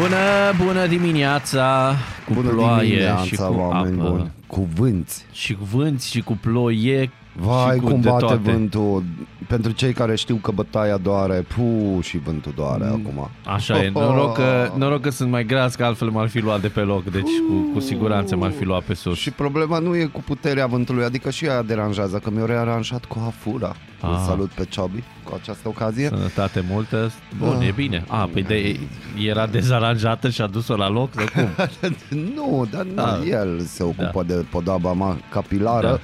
Bună, bună dimineața cu Bună ploaie dimineața, și cu oameni apă buni. Cu vânt. și cu vânți și cu ploie Vai și cu cum de bate toate. vântul. Pentru cei care știu că bătaia doare, pu și vântul Mm. doare acum. Așa e, noroc că, noroc că sunt mai gras, că altfel m-ar fi luat de pe loc, deci cu, cu siguranță m-ar fi luat pe sus. Și problema nu e cu puterea vântului, adică și ea deranjează, că mi-o rearanjat cu afura. Îl Ah. salut pe Ciobi cu această ocazie. Sănătate multă, bun, Da. e bine. A, păi de, era dezaranjată și a dus-o la loc, sau cum? nu, dar nu, Da. el se ocupă de podaba ma capilară. Da.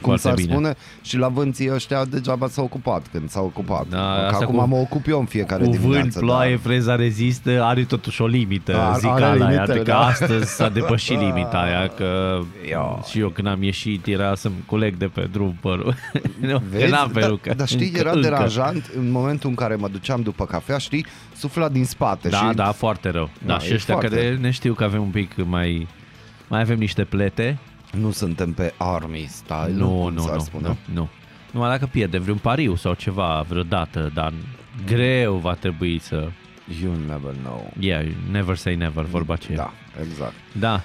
Cum Foarte s-ar bine. spune, și la vânții ăștia degeaba s-au ocupat când s-au ocupat. Da, Da, că asta acum cu- mă ocup eu în fiecare Cu vânt, dimineață. da. ploaie, freza rezistă, are totuși o limită, Are- zic are ala aia, limitele, adică da. astăzi s-a depășit limita aia, că și eu când am ieșit era să-mi coleg de pe drum părul. nu, că Vezi? Da, n-am perucă. Dar, dar știi, Încă- era încă. deranjant în momentul în care mă duceam după cafea, știi, sufla din spate. Da, și da, foarte rău. Da, Da, și e ăștia foarte care rău. ne știu că avem un pic mai... Mai avem niște plete. Nu suntem pe army style, nu, cum nu, s-ar nu, spune. nu, nu. Numai dacă pierde vreun pariu sau ceva vreodată, dar greu va trebui să... You never know. Yeah, never say never, vorba aceea. Da, exact. Da.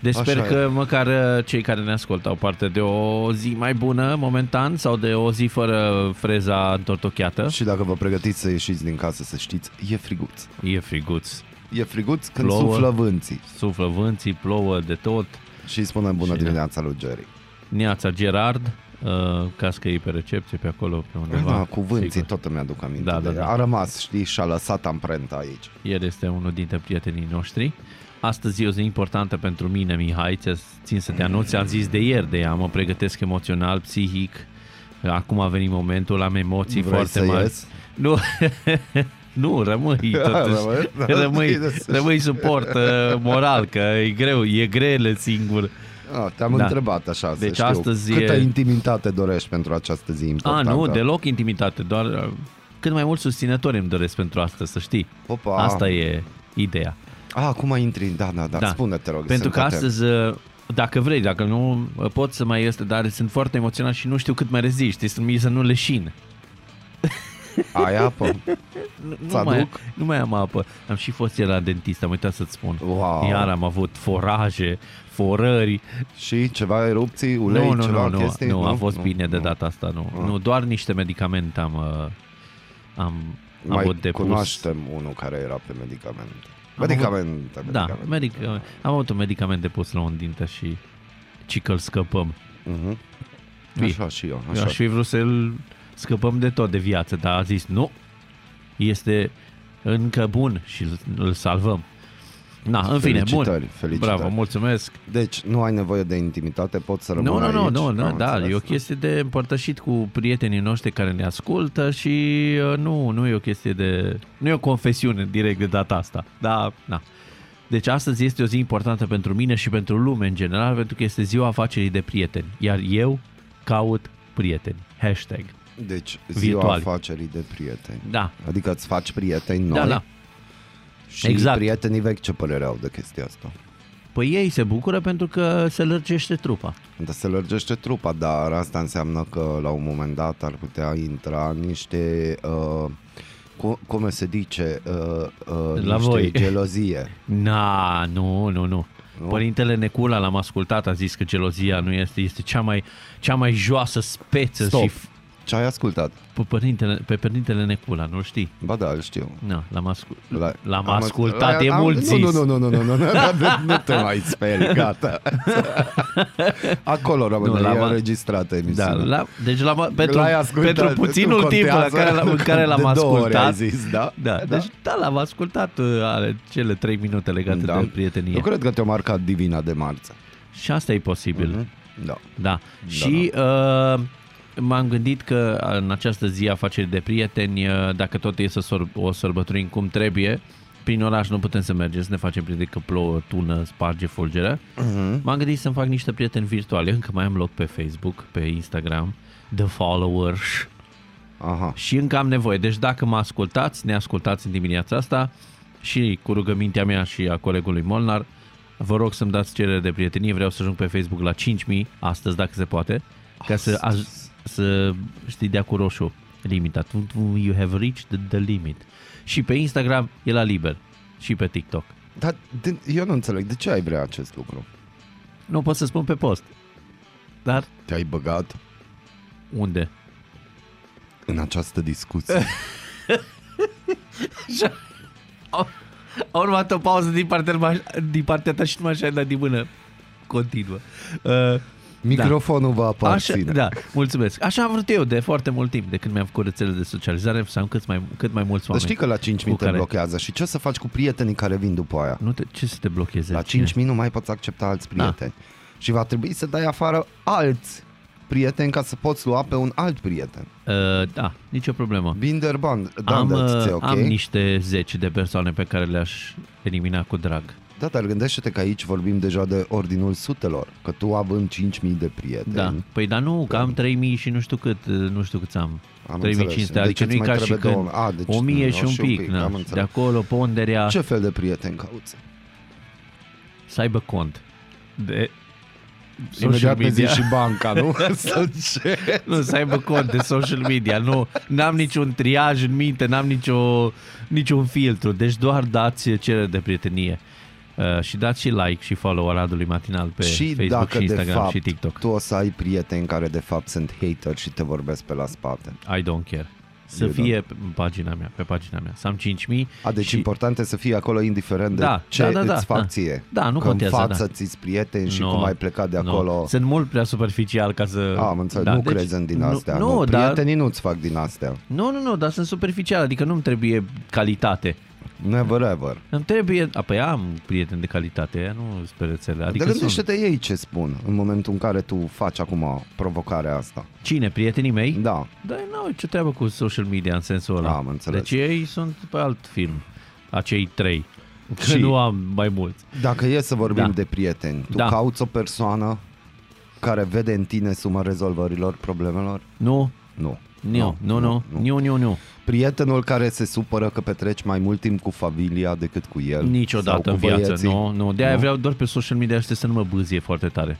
Deci Așa sper e. că măcar uh, cei care ne ascultă au parte de o zi mai bună momentan sau de o zi fără freza întortocheată. Și dacă vă pregătiți să ieșiți din casă, să știți, e friguț. E friguț. E friguț când Plouă. suflă vânții. Suflă vânții, plouă de tot. Și îi spunem bună Și- dimineața lui Jerry. Neața Gerard, uh, caz că e pe recepție pe acolo, pe undeva. Da, cu vânții Sigur. tot îmi aduc aminte. Da, de da, ea. da. A rămas, știi, și-a lăsat amprenta aici. El este unul dintre prietenii noștri. Astăzi e o zi importantă pentru mine, Mihai, ți țin să te anunț, am zis de ieri de ea, mă pregătesc emoțional, psihic, acum a venit momentul, am emoții Vrei foarte să mari. ies? Nu, nu, rămâi totuși, Rămâi? Da, rămâi, bine să rămâi suport uh, moral, că e greu, e grele singur. Ah, te-am Da. întrebat așa, Deci să știu. astăzi e- Câtă intimitate dorești pentru această zi A, importantă? Ah, nu, deloc intimitate, doar uh, cât mai mulți susținători îmi doresc pentru asta, să știi. Opa. Asta e ideea. A, acum intri, da, da, da, da. spune te rog. Pentru sunt că atent. astăzi, uh, dacă vrei, dacă nu, uh, pot să mai este, dar sunt foarte emoționat și nu știu cât mai rezist, este mie să nu leșin. Ai apă? Nu, nu, Ți-aduc? mai, nu mai am apă. Am și fost ieri la dentist, am uitat să-ți spun. Wow. Iar am avut foraje, forări, Și ceva erupții, ulei, nu, nu, ceva nu, chestii? nu, nu, a fost bine de data asta, nu. Mm. Nu, doar niște medicamente am, uh, am am Mai avut de pus. cunoaștem unul care era pe medicamente. avut- Medicamente, Da, medicamente. medicament. am avut un medicament de pus la un dinte și ci că îl scăpăm. Mhm. Fii. Așa și eu, Eu așa. aș fi vrut să-l scăpăm de tot de viață, dar a zis nu, este încă bun și îl, îl salvăm. Na, în fine, bun. Felicitări, felicitări. Bravo, mulțumesc. Deci nu ai nevoie de intimitate, poți să rămâi Nu, nu, aici. nu, nu, nu Am da, înțeles. e o chestie de împărtășit cu prietenii noștri care ne ascultă și uh, nu, nu e o chestie de... Nu e o confesiune direct de data asta, dar, na. Deci astăzi este o zi importantă pentru mine și pentru lume în general, pentru că este ziua afacerii de prieteni, iar eu caut prieteni. Hashtag. Deci ziua Virtual. afacerii de prieteni. Da, Adică îți faci prieteni noi da, da. și exact. prietenii vechi ce părere au de chestia asta. Păi ei se bucură pentru că se lărgește trupa. Dar se lărgește trupa, dar asta înseamnă că la un moment dat ar putea intra niște, uh, cu, cum se zice, uh, uh, La niște voi. gelozie. Na, nu, nu, nu. Nu? Părintele Necula l-am ascultat, a zis că gelozia nu este, este cea mai, cea mai joasă speță Stop. și Ce ai ascultat? pe părintele, pe părintele Necula, nu știi? Ba da, îl știu. Na, l-am, ascul- La- l-am am- ascultat, la- e am- mult nu, zis. Nu, nu, nu, nu, nu, nu, nu, nu te mai speri, gata. Acolo rămâne, Nu, nu, la- e înregistrată Da, emisiunea. la, deci l-am, pentru, L-ai ascultat, pentru puținul nu timp la contează. care l-am, în care l-am De două ori ascultat. ai zis, da? Da, da, deci da, l-am ascultat uh, ale cele trei minute legate da. de prietenie. Eu cred că te-a marcat Divina de Marță. Și asta e posibil. Uh-huh. Da. Da. și uh, m-am gândit că în această zi afaceri de prieteni, uh, dacă tot e să sor- o sărbătorim cum trebuie, prin oraș nu putem să mergem, să ne facem prieteni că plouă, tună, sparge fulgere. Uh-huh. M-am gândit să-mi fac niște prieteni virtuali. Eu încă mai am loc pe Facebook, pe Instagram, The Followers Aha. și încă am nevoie. Deci dacă mă ascultați, ne ascultați în dimineața asta și cu rugămintea mea și a colegului Molnar, vă rog să-mi dați cerere de prietenie, vreau să ajung pe Facebook la 5.000 astăzi dacă se poate, ca să, a, să știi dea cu roșu limita. Tu- tu- You have reached the- the limit. Și pe Instagram e la liber și pe TikTok. Dar de, eu nu înțeleg, de ce ai vrea acest lucru? Nu pot să spun pe post. Dar Te-ai băgat unde? în această Da. discuție. A urmat o pauză din partea, maș- din partea ta și nu m-aș dat din mână. Continuă. Uh, Microfonul va Așa, aparține. da, mulțumesc. Așa am vrut eu de foarte mult timp, de când mi-am făcut rețelele de socializare, să am cât mai, cât mai mulți Dar oameni. știi că la 5 cu minute care- care... blochează și ce o să faci cu prietenii care vin după aia? Nu te, ce Da. să te blocheze? La 5 minute nu mai poți accepta alți prieteni. Și va trebui să dai afară alți prieteni ca să poți lua pe un alt prieten. Uh, da, nicio problemă. Binder band, am, da, uh, ok? am niște zeci de persoane pe care le-aș elimina cu drag. Da, dar gândește-te că aici vorbim deja de ordinul sutelor, că tu având 5000 de prieteni. Da. Păi dar nu, că am 3000 și nu știu cât, uh, nu știu cât am. Am 3500, înțeles. adică Deci nu e îți ca mai și trebuie când două- a, deci 1000 nu, și un pic, am na, de înțeles. acolo ponderea Ce fel de prieteni cauți? să aibă cont. De social Imediat mi media. zici și banca, nu? Să încerci. Nu, să aibă cont de social media. Nu, n-am niciun triaj în minte, n-am nicio, niciun filtru. Deci doar dați cerere de prietenie. Uh, și dați și like și follow al Radului Matinal pe și Facebook dacă și Instagram de fapt și TikTok. tu o să ai prieteni care de fapt sunt hater și te vorbesc pe la spate. I don't care. Să Eu fie pe pagina mea, pe pagina mea. Să am 5.000 A, deci și... și important e să fii acolo indiferent de Da, ce da, da, da, îți fac da. ție. Da, nu că contează, în față da. ți prieteni și Nu, cum ai plecat de nu. acolo. Sunt mult prea superficial ca să... Am înțeles, da, nu deci, crezi în din astea. Nu, Nu, nu. dar, Prietenii nu-ți fac din astea. nu, nu, nu, dar sunt superficial, adică nu-mi trebuie calitate. Never ever. Îmi trebuie... A, păi am prieteni de calitate, aia nu sunt pe rețele. Adică Adică Dar sunt- gândește-te ei ce spun în momentul în care tu faci acum provocarea asta. Cine? Prietenii mei? Da, Dar ei n-au ce treabă cu social media în sensul ăla. Am înțeles. Deci ei sunt pe alt film, acei trei. Că Și- nu am mai mulți. dacă e să vorbim Da. da. de prieteni, tu Da. da. cauți o persoană care vede în tine suma rezolvărilor problemelor? Nu, Nu. nu, nu, nu, nu, nu, nu. Prietenul care se supără că petreci mai mult timp cu familia decât cu el. Niciodată sau în cu viață, băieții. nu, nu. De-aia Nu? vreau doar pe social media ăștia să nu mă bâzie foarte tare.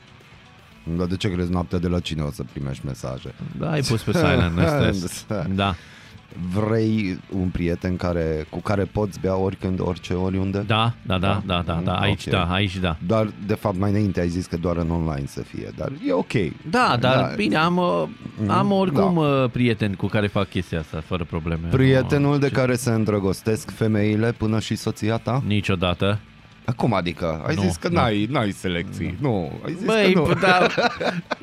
Dar de ce crezi noaptea de la cine o să primești mesaje? Da, ai pus pe silent, nu stres. Da, Vrei un prieten care, cu care poți bea oricând, orice, oriunde? da, da, da, da, da, da. Ok. aici da, aici da. Dar, de fapt, mai înainte ai zis că doar în online să fie, dar e ok. Da, dar Da. Mm, bine, am, uh, am oricum uh, prieteni cu care fac chestia asta, fără probleme. Prietenul de Ce- care se îndrăgostesc femeile până și soția ta? Niciodată. Cum adică? Ai Nu, zis că nu. n-ai, n-ai selecții. Nu, nu ai zis Băi, că nu. nu. Dar,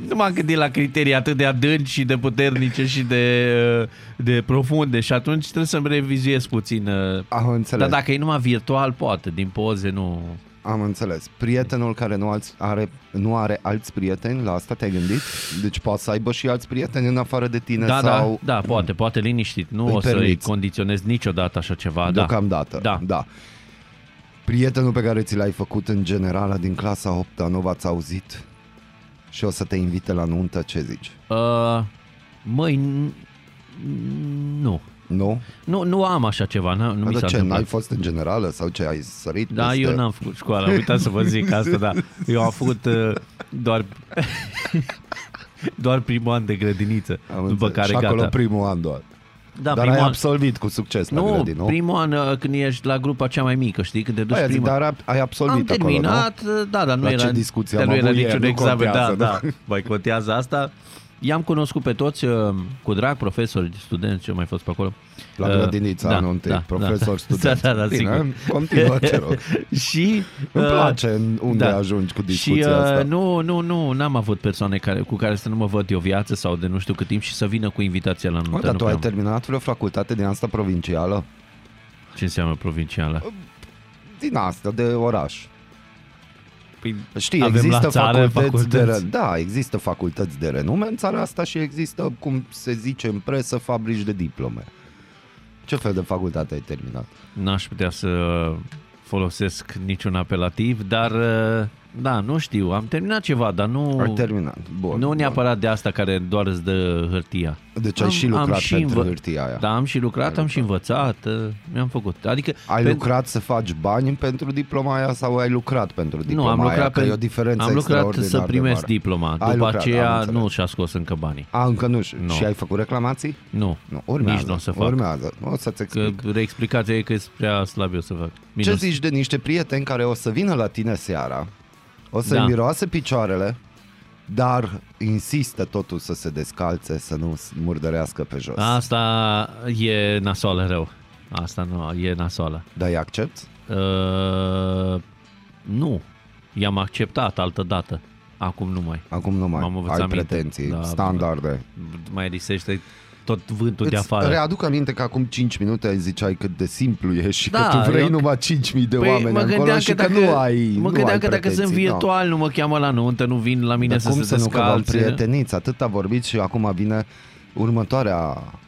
nu m-am gândit la criterii atât de adânci și de puternice și de, uh, de profunde și atunci trebuie să-mi revizuiesc puțin. uh, Am înțeles. Dar dacă e numai virtual, poate, din poze nu... Am înțeles. Prietenul care nu, alți, are, nu are alți prieteni, la asta te-ai gândit? Deci poate să aibă și alți prieteni în afară de tine Da, sau... da, da, poate, poate liniștit. Nu Îi o să-i permiți. condiționez niciodată așa ceva. Da. Deocamdată. Da. da. Prietenul pe care ți l-ai făcut în generală din clasa 8 nu v-ați auzit și o să te invite la nuntă, ce zici? Uh, măi, n- n- nu. Nu? Nu, nu am așa ceva, n- nu mi s-a Dar ce, întâmplat. n-ai fost în generală sau ce, ai sărit Da, peste... eu n-am făcut școală, am uitat să vă zic asta, da. Eu am făcut uh, doar doar primul an de grădiniță, Am după înțeles. care și acolo gata. primul an doar. da, Dar primul ai an, absolvit cu succes la nu, grădin, nu? primul an uh, când ești la grupa cea mai mică, știi, când te duci Aia zic, prima. dar ai- ai absolvit deci am acolo, nu? terminat, uh, da, dar nu La era, ce discuție dar am nu era avut ieri, niciun nu examen, da, contează, da, mai contează asta. I-am cunoscut pe toți uh, cu drag, profesori, studenți, ce au mai fost pe acolo. La Uh, grădinița da, anul întâi, da, profesor, da. student. Da, da, da, Bine, sigur. continuă, te rog. și Îmi uh, place în- unde ajungi cu discuția și, uh, asta. Nu, nu, nu, n-am avut persoane care, cu care să nu mă văd eu viață sau de nu știu cât timp și să vină cu invitația la Mă, nuntă. dar nu tu ai prea am. terminat vreo facultate din asta provincială? Ce înseamnă provincială? Din asta, de oraș. Păi, Știi, Avem există la țară facultăți, de facultăți. re... Da, există facultăți de renume în țara asta și există, cum se zice în presă, fabrici de diplome. Ce fel de facultate ai terminat? N-aș putea să folosesc niciun apelativ, dar da, nu știu, am terminat ceva, dar nu... Ai terminat, bun. Oh. Nu bun. neapărat de asta care doar îți dă hârtia. Deci ai și lucrat pentru hârtia aia. Da, am și lucrat, am și învățat, uh, mi-am făcut. Adică Ai lucrat să faci bani pentru diploma aia sau ai lucrat pentru diploma nu, am lucrat aia? Că pe- e o diferență Am lucrat extraordinar să de primesc mare. diploma. Ai După lucrat, da, am aceea înțeles. nu și-a scos încă banii. A, încă nu. știu. Nu. Și ai făcut reclamații? Nu. Nu, urmează. Nici nu o să fac. Urmează, o să-ți Că explic. reexplicația e că sunt prea slab eu să fac. Ce Minus. zici de niște prieteni care o să vină la tine seara, o să-i Da. miroase picioarele, dar insistă totul să se descalțe, să nu s- murdărească pe jos. Asta e nasoală rău. Asta nu, e nasoală. Dar îi accepti? Uh, nu. I-am acceptat altă dată. Acum nu mai. Acum nu mai M-am învățat ai minte. pretenții, Da, standarde. Mai risește tot vântul de Îți afară. readuc aminte că acum 5 minute ai ziceai cât de simplu e și Da, că tu vrei eu- Păi, numai 5.000 de oameni acolo și că nu ai mă nu gândeam ai că dacă pretenții, sunt da. virtual, nu mă cheamă la nuntă, nu vin la mine Dar să cum se să nu că v-am descalțe. prieteniți, atât a vorbit și acum vine următoarea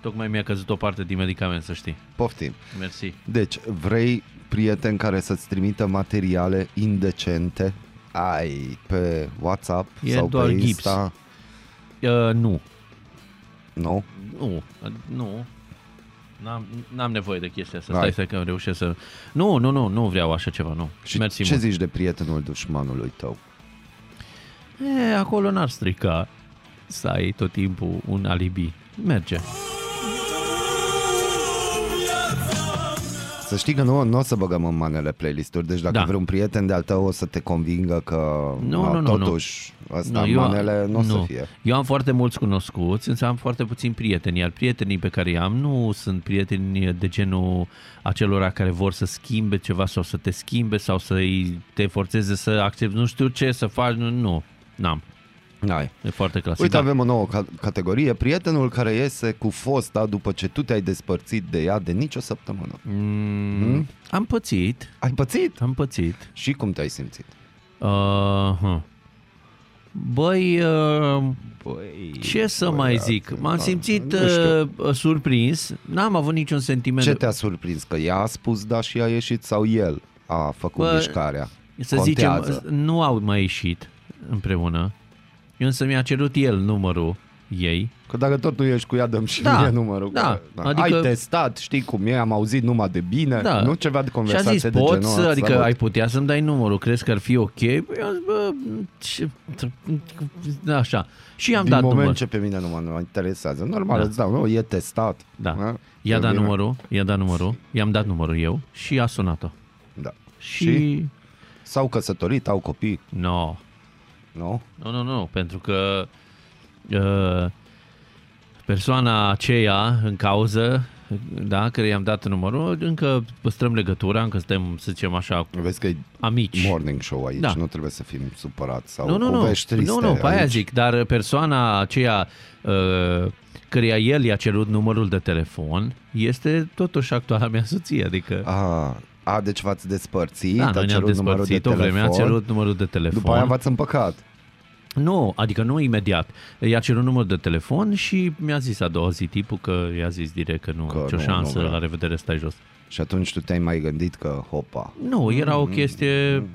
Tocmai mi-a căzut o parte din medicament, să știi. Uh, poftim. Mersi. Deci, vrei prieteni care să-ți trimită materiale indecente? Ai pe WhatsApp E sau doar pe gips. Insta? Uh, nu. Nu? Nu. Uh, Nu. N-am, n-am nevoie de chestia asta. Hai. Stai, stai că reușesc să... Nu, nu, nu, nu vreau așa ceva, nu. Și Mersi ce mult. zici de prietenul dușmanului tău? E, acolo n-ar strica să ai tot timpul un alibi. Merge. Să știi că nu, nu o să băgăm în manele playlisturi, deci dacă Da. vreun prieten de-al tău o să te convingă că Nu, a, nu, nu, nu. totuși asta în manele nu o să fie. Eu am foarte mulți cunoscuți, însă am foarte puțini prieteni, iar prietenii pe care i-am nu sunt prieteni de genul acelora care vor să schimbe ceva sau să te schimbe sau să te forțeze să accepti nu știu ce să faci, nu, nu, n-am. N-ai. E foarte clasic. Uite, da. avem o nouă ca- categorie, prietenul care iese cu fosta după ce tu te-ai despărțit de ea de nicio săptămână. Hmm? mm, am pățit, Ai pățit? am pățit. Și cum te-ai simțit? Uh, huh. Băi, uh, Păi, ce să mai zic? M-am simțit da, nu știu. uh, surprins, n-am avut niciun sentiment. Ce de- te-a surprins? Că ea a spus da și a ieșit sau el a făcut Bă, mișcarea? Să Contează. zicem, nu au mai ieșit împreună, însă mi-a cerut el numărul ei. Că dacă tot nu ești cu ea, dăm și Da, mie numărul. da, Că- adică- Ai testat, știi cum e, am auzit numai de bine, Da. nu ceva de Și a conversație zis, de poți, genul să- adică ăsta. ai putea să-mi dai numărul, crezi că ar fi ok? Păi Eu am zis, bă, ce, da, așa. Și i-am Din dat moment numărul. ce pe mine nu mă, nu mă interesează. Normal, Da. îți dau, nu, e testat. Da. E I-a dat bine. numărul, i-a dat numărul, i-am dat numărul eu și a sunat-o. Da. Și... Și? S-au căsătorit, au copii, No. nu? Nu, nu, nu, pentru că uh, persoana aceea în cauză, da, care i-am dat numărul, încă păstrăm legătura, încă suntem, să zicem așa, Vezi că e amici. morning show aici, Da. nu trebuie să fim supărați sau nu, nu, nu, povești triste nu, nu, pe aia aici. zic, dar persoana aceea uh, căreia el i-a cerut numărul de telefon este totuși actuala mea soție, adică... A, a, deci v-ați despărțit, da, a noi ne-am cerut numărul de despărțit o telefon, vreme, a cerut numărul de telefon. după aia v-ați împăcat. Nu, adică nu imediat. I-a cerut numărul de telefon și mi-a zis a doua zi tipul că i-a zis direct că nu, Că că nicio nu, nu, șansă, nu nu vrea. la revedere, stai jos. Și atunci tu te-ai mai gândit că, hopa, Nu, era Mm, o chestie,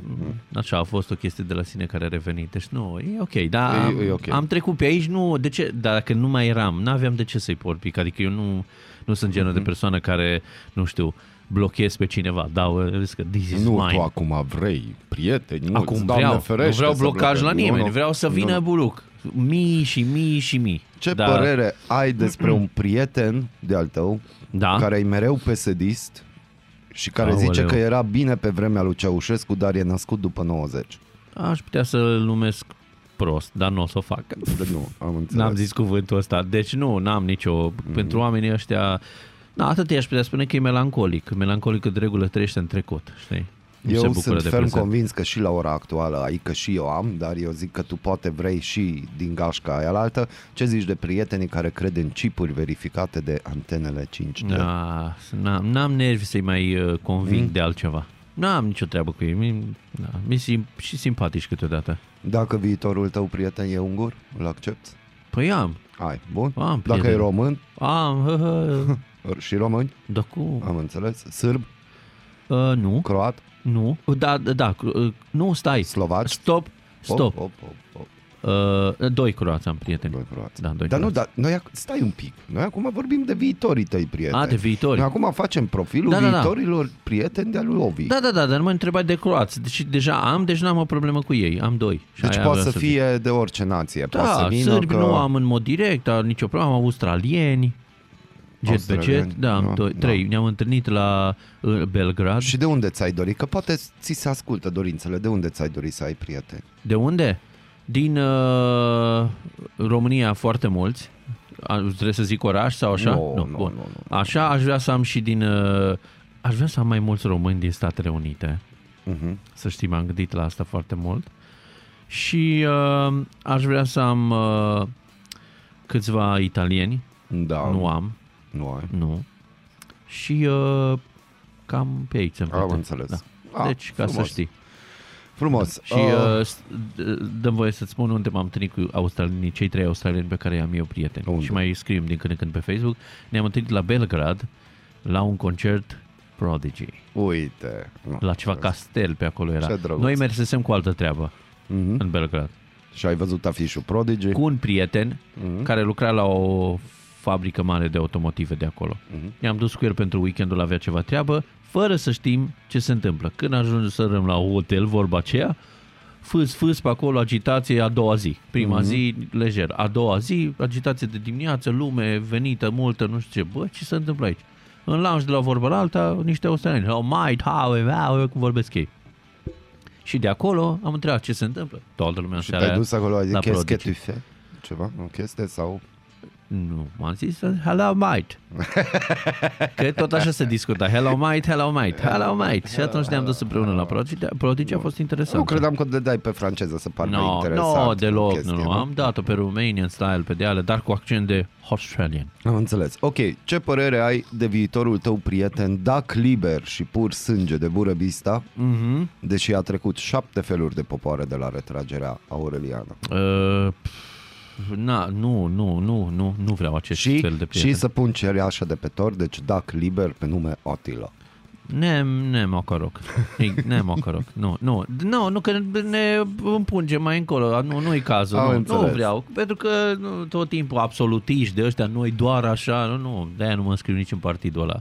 așa, a fost o chestie de la sine care a revenit, deci nu, e ok, dar am, E- e ok. am trecut pe aici, nu, de ce, dacă nu mai eram, n-aveam de ce să-i porpic, adică eu nu, nu sunt genul Mhm. de persoană care, nu știu, blochez pe cineva, dau, vezi că this is nu mine. tu acum vrei prieteni, nu, Acum Doamne vreau, ferește nu vreau să blocaj la blochezi. nimeni, Nu, nu. vreau să Nu, vină Da. nu. buluc. Mii și mii și mii. Ce Dar- părere ai despre un prieten de-al tău Da. care e mereu psd și care Aoleu. zice că era bine pe vremea lui Ceaușescu, dar e născut după 90? Aș putea să-l numesc prost, dar nu o să o fac. Deci Nu, am înțeles. N-am zis cuvântul ăsta. Deci nu, n-am nicio... Mm. Pentru oamenii ăștia... Da, atât i-aș putea spune că e melancolic. Melancolicul de regulă trăiește în trecut, știi? Nu se Eu bucură sunt de ferm prezent. convins că și la ora actuală, adică și eu am, dar eu zic că tu poate vrei și din gașca aia la altă. Ce zici de prietenii care cred în chipuri verificate de antenele 5G? Da, n-am, n-am nervi să-i mai uh, conving Mm. de altceva. N-am nicio treabă cu ei. Mi, da, mi sim, și simpatici câteodată. Dacă viitorul tău prieten e ungur, îl accepti? Păi am. Ai, bun. Am Dacă e prieteni. român Am. hă, hă. și români, Da cum? am înțeles, sârb, Uh, nu, croat, nu. Da, da, da. uh, Nu, stai. slovaci. Oh. Stop. Stop. Op, op, op, op. Uh, doi croați am prieteni. Doi croați. Da, doi Dar nu, croați. dar noi, ac- stai un pic. Noi acum vorbim de viitorii tăi prieteni. A, de viitori. Noi acum facem profilul Da, da, da, da. viitorilor da, da. prieteni de-a lui Ovi. Da, da, da, dar nu mă întrebai de croați. Deci deja am, deci n-am o problemă cu ei. Am doi. Și Deci aia poate vreau să zic. fie de orice nație. poate să Da, vină sârbi că... nu am în mod direct, dar nicio problemă. Am australieni. Jet pe Australieni, jet, da, am da, doi, da. trei. Ne-am întâlnit la uh, Belgrad. Și de unde ți-ai dorit? Că poate ți se ascultă dorințele. De unde ți-ai dorit să ai prieteni? De unde? Din uh, România foarte mulți. A- Trebuie să zic oraș sau așa? Nu, nu, bun. nu, nu. Așa aș vrea să am și din... Uh, aș vrea să am mai mulți români din Statele Unite. Uh-huh. Să știi, m-am gândit la asta foarte mult. Și uh, aș vrea să am uh, câțiva italieni. Da. Nu am, Nu ai. nu. Și uh, cam pe aici sunt. Am înțeles. Da. Ah, deci, ca frumos. Ah. să știi. Frumos. Oh, Și uh, s- d- dăm voie să-ți spun unde m-am întâlnit cu australienii, cei trei australieni pe care i-am eu prieteni. Unde? Și mai scriem din când în când pe Facebook. Ne-am întâlnit la Belgrad, la un concert Prodigy, Uite. Nu. la ceva castel pe acolo era. Ce drăguț. Noi mersesem cu altă treabă Mhm. în Belgrad. Și ai văzut afișul Prodigy? Cu un prieten Mhm. care lucra la o fabrică mare de automotive de acolo. Mhm. Ne-am dus cu el pentru weekendul, avea ceva treabă, fără să știm ce se întâmplă. Când ajungem să răm la hotel, vorba aceea, fâs, fâs pe acolo, agitație a doua zi. Mhm. Prima zi, lejer. A doua zi, agitație de dimineață, lume venită, multă, nu știu ce. Bă, ce se întâmplă aici? În lounge de la vorba la alta, niște australieni. Oh, might, how, how, cum vorbesc ei. Și de acolo am întrebat ce se întâmplă. Toată lumea în Și seara te-ai aia dus acolo, ai zis, la "Qu'est-ce que Prodigy." tu fais? Ceva? O chestie sau... Nu, m-am zis hello mate. că tot așa se discuta. Hello mate, hello mate, hello mate. Și atunci ne-am dus împreună la Prodigy. Prodigy a fost interesant. Nu credeam că te dai pe franceză să pară no, interesant. no, deloc, chestie, nu, nu. Am dat-o pe Romanian style, pe de ale, dar cu accent de Australian. Am înțeles. Ok, ce părere ai de viitorul tău prieten, Dac Liber și pur sânge de Burăbista, Mhm. deși a trecut șapte feluri de popoare de la retragerea Aureliană? Uh, pf, na, nu, nu, nu, nu, nu vreau acest Și, fel de prieten. și să pun cereașă de pe tor, deci Dac Liber pe nume Attila. Nem, nem akarok. Ig- Nem akarok. Nu, nu, nu, nu că ne împungem mai încolo. Nu, nu-i cazul. Am Nu, nu înțeles. vreau. Pentru că nu, tot timpul absolutiști de ăștia, noi doar așa, nu, nu. De-aia nu mă înscriu nici în partidul ăla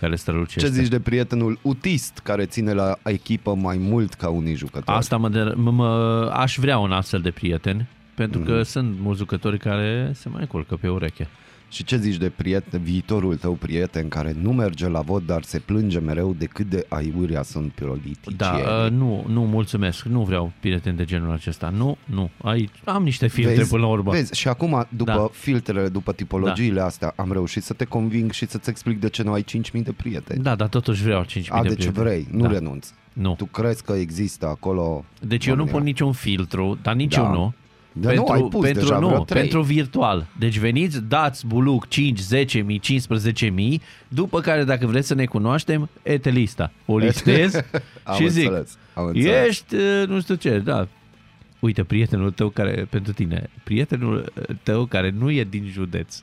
care strălucește. Ce zici de prietenul utist care ține la echipă mai mult ca unii jucători? Asta mă, der- mă, mă aș vrea un astfel de prieten. Pentru Mhm. că sunt mulți jucători care se mai culcă pe ureche. Și ce zici de prieten, viitorul tău prieten care nu merge la vot, dar se plânge mereu de cât de aiurea sunt politicieni? Da, uh, nu, nu, mulțumesc. Nu vreau prieteni de genul acesta. Nu, nu. Aici am niște filtre până la urmă. Vezi, și acum, după Da. da. filtrele, după tipologiile da. astea, am reușit să te conving și să-ți explic de ce nu ai 5.000 de prieteni. Da, dar totuși vreau 5.000 A, de deci prieteni. vrei, nu Da. da. renunți. Nu. Tu crezi că există acolo... Deci eu nu oamenii pun niciun filtru, dar nici Da. eu nu. Dar nu, ai pus pentru, deja vreo nu, trei. pentru virtual. Deci veniți, dați buluc 5, 10 mii, 15 mii, după care dacă vreți să ne cunoaștem, ete lista. O listez Am și zic, înțeles, am înțeles. ești uh, nu știu ce, da. Uite, prietenul tău care, pentru tine, prietenul uh, tău care nu e din județ.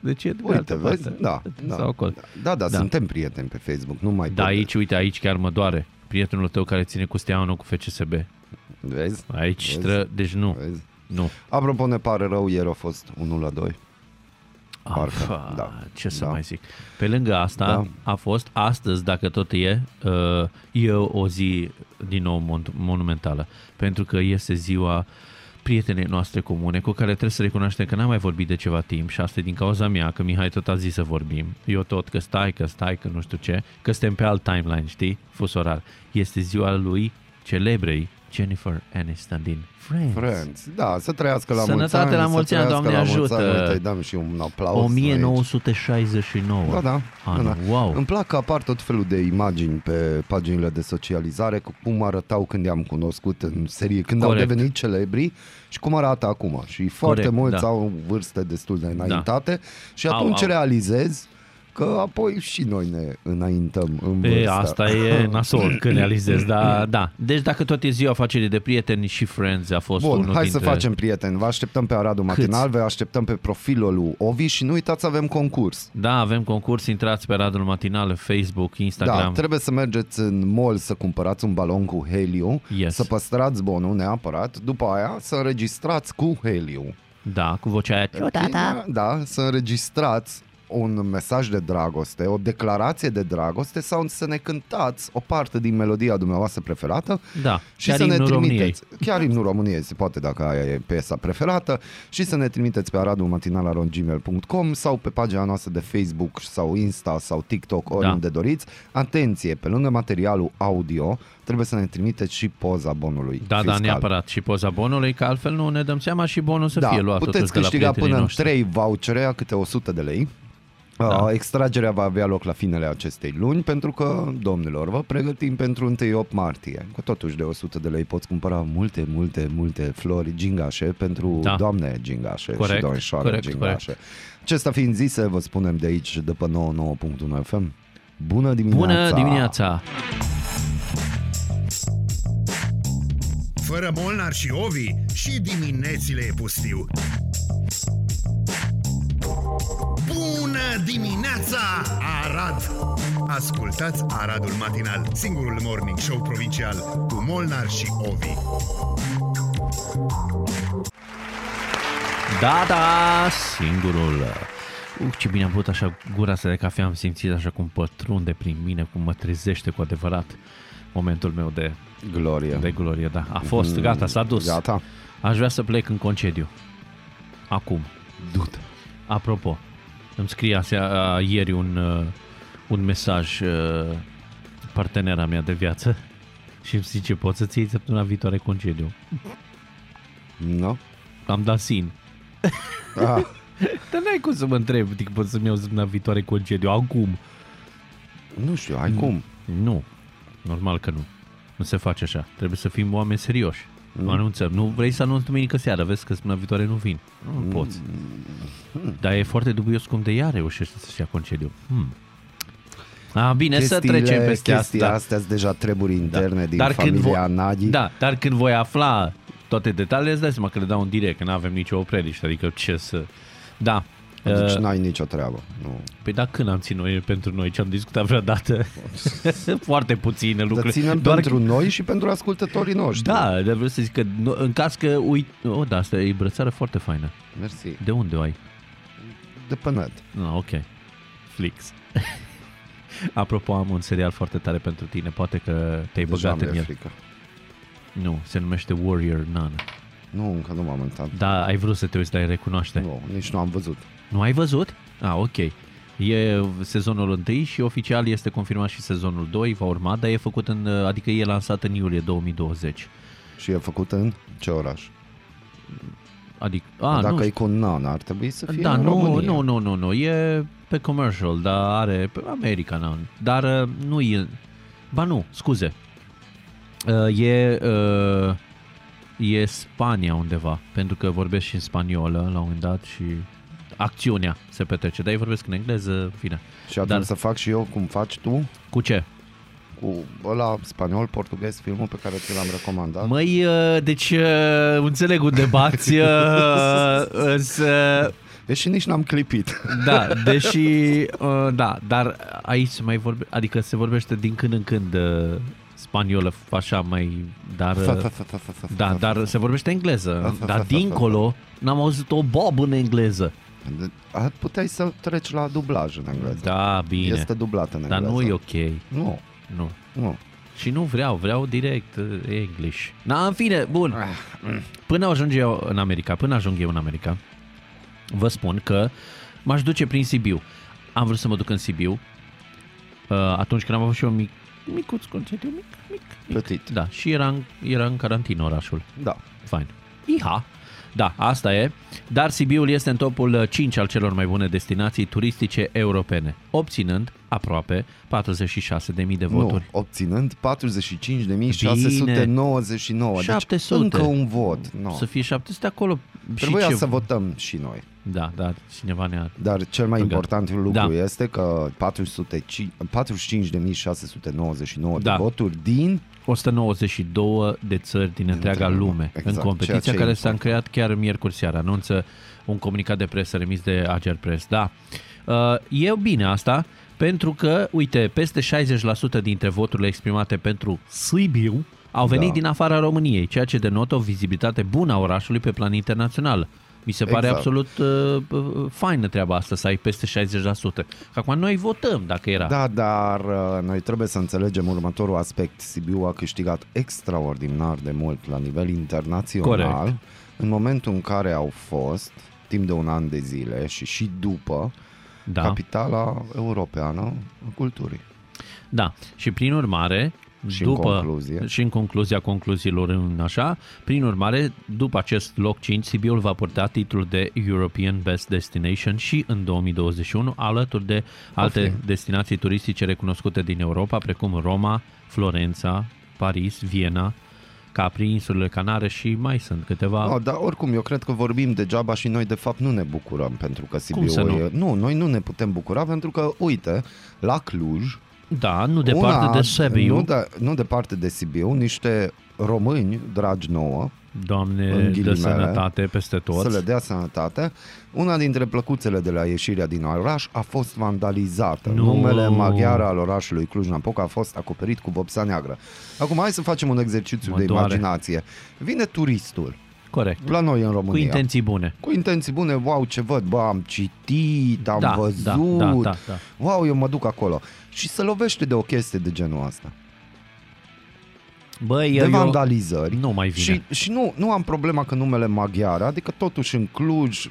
Deci e de Uite, altă vezi? parte. Da, da, Sau acolo. da, da, da, Da. suntem prieteni pe Facebook, nu mai Da, pot- aici, uite, aici chiar mă doare. Prietenul tău care ține cu steaua, nu cu FCSB. Vezi? Aici, Vezi? tră, deci nu, Vezi? nu. Apropo, ne pare rău, ieri a fost 1 la 2. Parcă, Afa, da, ce să da. mai zic. Pe lângă asta a fost astăzi, dacă tot e, uh, e o zi din nou mon- monumentală, pentru că este ziua prietenei noastre comune, cu care trebuie să recunoaștem că n-am mai vorbit de ceva timp și asta e din cauza mea, că Mihai tot a zis să vorbim. Eu tot că stai, că stai, că nu știu ce, că suntem pe alt timeline, știi? Fus orar. Este ziua lui celebrei Jennifer Aniston din Friends. Friends. Da, să trăiască la mulți Sănătate ani. la să mulți ani, trăiască Doamne la mulți ajută. ani. Uite, îi dăm și un aplauz. aici. 1969. Da, da. Anul. da, da. Ah, Wow. Îmi plac că apar tot felul de imagini pe paginile de socializare, cu cum arătau când i-am cunoscut în serie, când Corect. au devenit celebri și cum arată acum. Și foarte Corect, mulți da. au vârste destul de înaintate și atunci au. realizezi Că apoi și noi ne înaintăm în E, vârstă. asta e nasol când realizezi, da, da. Deci dacă tot e ziua afacerii de prieteni și friends a fost Bun, unul hai dintre... să facem prieteni. Vă așteptăm pe Aradul Matinal, vă așteptăm pe profilul lui Ovi și nu uitați, avem concurs. Da, avem concurs, intrați pe Radul Matinal, Facebook, Da, Instagram. trebuie să mergeți în mall să cumpărați un balon cu heliu, Yes. să păstrați bonul neapărat, după aia să înregistrați cu heliu. da, cu vocea aia. Da, da, să înregistrați un mesaj de dragoste, o declarație de dragoste sau să ne cântați o parte din melodia dumneavoastră preferată Da, și chiar să ne imnul României. trimiteți, chiar imnul României se poate dacă aia e piesa preferată și să ne trimiteți pe aradulmatinalarongmail.com sau pe pagina noastră de Facebook sau Insta sau TikTok Da. oriunde doriți. Atenție, pe lângă materialul audio trebuie să ne trimiteți și poza bonului Da, fiscal. da, neapărat și poza bonului, că altfel nu ne dăm seama și bonul să da, fie luat puteți totuși de la câștiga prietenii până în noștri. 3 vouchere a câte 100 de lei. Da. Extragerea va avea loc la finele acestei luni pentru că, domnilor, vă pregătim pentru 1-8 martie. Că totuși de 100 de lei poți cumpăra multe, multe, multe flori gingașe pentru Da. da. doamne gingașe Corect, și domnișoare corect, gingașe. Acesta fiind zise, vă spunem de aici, de pe 99.1 FM, bună dimineața! Bună dimineața! Fără Molnar și Ovi și diminețile e pustiu. Bună dimineața, Arad! Ascultați Aradul Matinal, singurul morning show provincial cu Molnar și Ovi. Da, da, singurul. Uh, ce bine am putut așa gura să de cafea, am simțit așa cum pătrunde prin mine, cum mă trezește cu adevărat momentul meu de, Gloria! de glorie, da. A fost, gata, s-a dus. Gata? Aș vrea să plec în concediu. Acum. Du-te. Apropo, îmi scrie asea, a, ieri un, uh, un mesaj uh, partenera mea de viață și îmi zice, poți să-ți iei săptămâna viitoare concediu. Nu? Am dat sin. Ah, Dar n-ai cum să mă întreb, adică pot să-mi iau săptămâna viitoare concediu, acum. nu știu, ai cum? Nu, normal că nu. Nu se face așa. Trebuie să fim oameni serioși. Mm. Anunțăm. Nu vrei să anunți duminică seara, vezi că săptămâna viitoare nu vin. Nu mm. poți. Dar e foarte dubios cum de ea reușește să-și ia concediu. Hmm. A, bine, să Chestiile- trecem peste chestia asta. Da. astea sunt deja treburi interne din Dar când familia vo- Nagy. Da, dar când voi afla toate detaliile, îți dai seama că le dau în direct, că nu avem nicio opreliște, adică ce să... Da. Deci Uh, n-ai nicio treabă. Nu. Păi da, când am ținut eu pentru noi ce am discutat vreodată? Foarte puține Dar lucruri. ținem Doar pentru noi și pentru ascultătorii noștri. Da, dar vreau să zic că nu- în caz că uit... Oh, da, asta e brățară foarte faină. Mersi. De unde o ai? De pe net. Ah, ok. Flix. Apropo, am un serial foarte tare pentru tine. Poate că te-ai Deja băgat mi-e în el. frică. Nu, se numește Warrior Nun. Nu, încă nu m-am uitat. Da, ai vrut să te uiți, dar ai recunoaște. Nu, nici nu am văzut. Nu ai văzut? Ah, ok. E sezonul 1 și oficial este confirmat și sezonul 2, va urma, dar e făcut în, adică e lansat în iulie 2020. Și e făcut în ce oraș? Adică, a, Dacă nu, e cu nan, ar trebui să fie da, în nu, România. nu, nu, nu, nu, e pe commercial, dar are pe America, nu. dar uh, nu e, ba nu, scuze, Uh, e, uh, e Spania undeva, pentru că vorbesc și în spaniolă la un moment dat și acțiunea se petrece, dar ei vorbesc în engleză, în fine. Și atunci Dar- să fac și eu cum faci tu Cu ce? cu ăla spaniol, portughez, filmul pe care ți l-am recomandat. Măi, uh, deci uh, înțeleg unde bați, uh, însă, E și nici n-am clipit. da, deși, uh, da, dar aici se mai vorbe, adică se vorbește din când în când uh, spaniolă, așa mai, dar, Fa, uh, fa, fa, fa, fa, fa, da, fa, fa. dar se vorbește engleză, fa, fa, dar fa, fa. dincolo n-am auzit o bob în engleză. A, Puteai să treci la dublaj în engleză. Da, bine, Este dublat în dar engleză. nu e ok, Nu, nu. nu. Și nu vreau, vreau direct uh, English. Na, în fine, bun. Până ajung eu în America, până ajung eu în America, vă spun că m-aș duce prin Sibiu. Am vrut să mă duc în Sibiu uh, atunci când am avut și eu un mic, micuț concediu, mic, mic, mic. Plătit. Da, și era în, era în carantină orașul. Da. Fine. Iha! Da, asta e. Dar Sibiul este în topul 5 al celor mai bune destinații turistice europene, obținând aproape 46.000 de voturi. Nu, obținând 45.699. Deci 700. încă un vot. No. Să fie 700 acolo. Trebuia și ce? să votăm și noi. Da, dar cineva ne-a... Dar cel mai Gata. important lucru Da. este că 405 45.699 Da. de voturi din 192 de țări din întreaga întreaga lume, lume exact, în ceea competiția ce e care s-a important. creat chiar miercuri seara, anunță un comunicat de presă remis de Ager Press. Da, Uh, e bine asta pentru că, uite, peste 60% dintre voturile exprimate pentru Sibiu au venit Da. din afara României, ceea ce denotă o vizibilitate bună a orașului pe plan internațional. Mi se pare Exact. absolut uh, uh, faină treaba asta să ai peste 60%. Că acum noi votăm dacă era. Da, dar uh, noi trebuie să înțelegem următorul aspect. Sibiu a câștigat extraordinar de mult la nivel internațional. Corect. În momentul în care au fost, timp de un an de zile și și după, Da. capitala europeană a culturii. Da, și prin urmare, Și în după, concluzie. și în concluzia concluziilor în așa, prin urmare, după acest loc 5, Sibiul va purta titlul de European Best Destination și în 2021, alături de alte destinații turistice recunoscute din Europa, precum Roma, Florența, Paris, Viena, Capri, insulele Canare și mai sunt câteva. No, dar oricum, eu cred că vorbim degeaba și noi de fapt nu ne bucurăm pentru că Sibiu să nu? e... Nu, noi nu ne putem bucura pentru că, uite, la Cluj, da, nu departe de Sibiu. nu, da. de, nu departe de Sibiu, niște români dragi nouă, în Doamne, de ghilimele, sănătate peste tot. să le dea sănătate. Una dintre plăcuțele de la ieșirea din oraș a fost vandalizată. Nu. Numele maghiar al orașului Cluj-Napoca a fost acoperit cu vopsa neagră. Acum hai să facem un exercițiu Mă de doare. imaginație. Vine turistul Corect. la noi în Cu România. intenții bune. cu intenții bune, wow, ce văd, bă, am citit, am da, văzut, da, da, da, da. wow, eu mă duc acolo. Și se lovește de o chestie de genul ăsta, Băi, de eu, eu, vandalizări. Nu mai vine. Și, și nu, nu am problema că numele maghiar, adică totuși în Cluj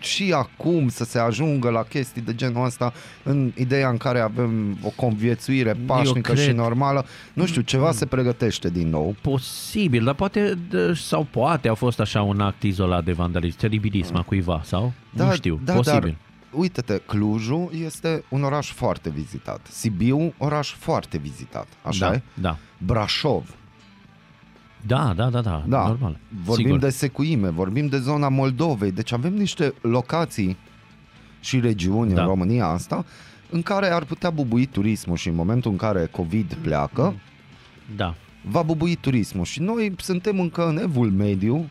și acum să se ajungă la chestii de genul ăsta în ideea în care avem o conviețuire pașnică cred. Mm. și normală, nu știu, ceva se pregătește din nou. Posibil, dar poate, d- sau poate a fost așa un act izolat de vandalism, teribilism a cuiva, sau? nu știu, posibil. Da, Dar, uite-te, Clujul este un oraș foarte vizitat. Sibiu, oraș foarte vizitat, așa da, e? da. Brașov, Da, da, da, da, da. normal. Vorbim Sigur. de secuime, vorbim de zona Moldovei, deci avem niște locații și regiuni da. Da. în România asta în care ar putea bubui turismul și în momentul în care COVID pleacă, Da, va bubui turismul și noi suntem încă în evul mediu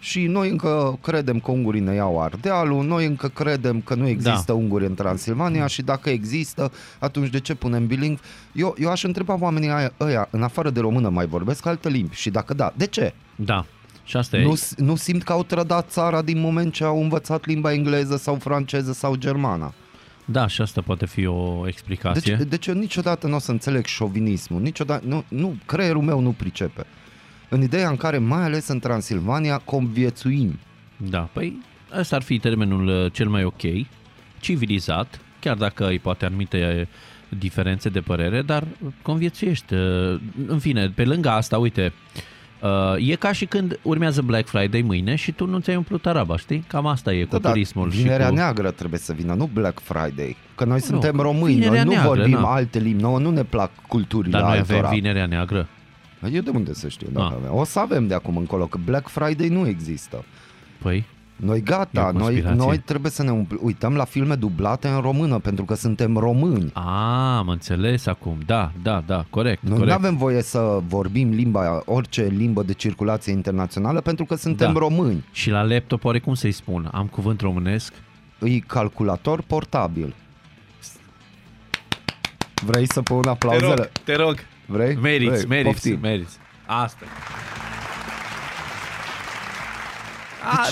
și noi încă credem că ungurii ne iau Ardealul, noi încă credem că nu există Da. unguri în Transilvania și dacă există, atunci de ce punem bilingv? Eu, eu aș întreba oamenii aia, ăia, în afară de română mai vorbesc alte limbi și dacă da, de ce? da. Și asta e. Nu, s- nu simt că au trădat țara din moment ce au învățat limba engleză sau franceză sau germana. Da, și asta poate fi o Deci, explicație. deci eu niciodată nu o să înțeleg șovinismul, niciodată, nu, nu, creierul meu nu pricepe. În ideea în care, mai ales în Transilvania, conviețuim. Da, păi ăsta ar fi termenul uh, cel mai ok, civilizat, chiar dacă îi poate anumite uh, diferențe de părere, dar conviețuiești. Uh, În fine, pe lângă asta, uite, uh, e ca și când urmează Black Friday mâine și tu nu ți-ai umplut araba, știi? Cam asta e cu turismul. și Da, vinerea cu... neagră trebuie să vină, nu Black Friday. Că noi Nu, suntem că români, noi Vinerea nu Neagră, vorbim na. alte limbi, nouă nu ne plac culturile Dar noi avem Da, altora. vinerea neagră. Eu de unde să știu? Dacă Ah. avem. O să avem de acum încolo, că Black Friday nu există. Păi, Noi E gata, o noi, conspirație. noi trebuie să ne umpl- uităm la filme dublate în română, pentru că suntem români. a, Ah, am înțeles acum, da, da, da, corect, Noi nu corect. avem voie să vorbim limba, orice limbă de circulație internațională, pentru că suntem Da. români. Și la laptop, oare cum să-i spun? Am cuvânt românesc? E calculator portabil. Vrei să pun aplauzele? te rog. Vrei? Meriți, Vrei? meriți, Poftim. meriți. Asta.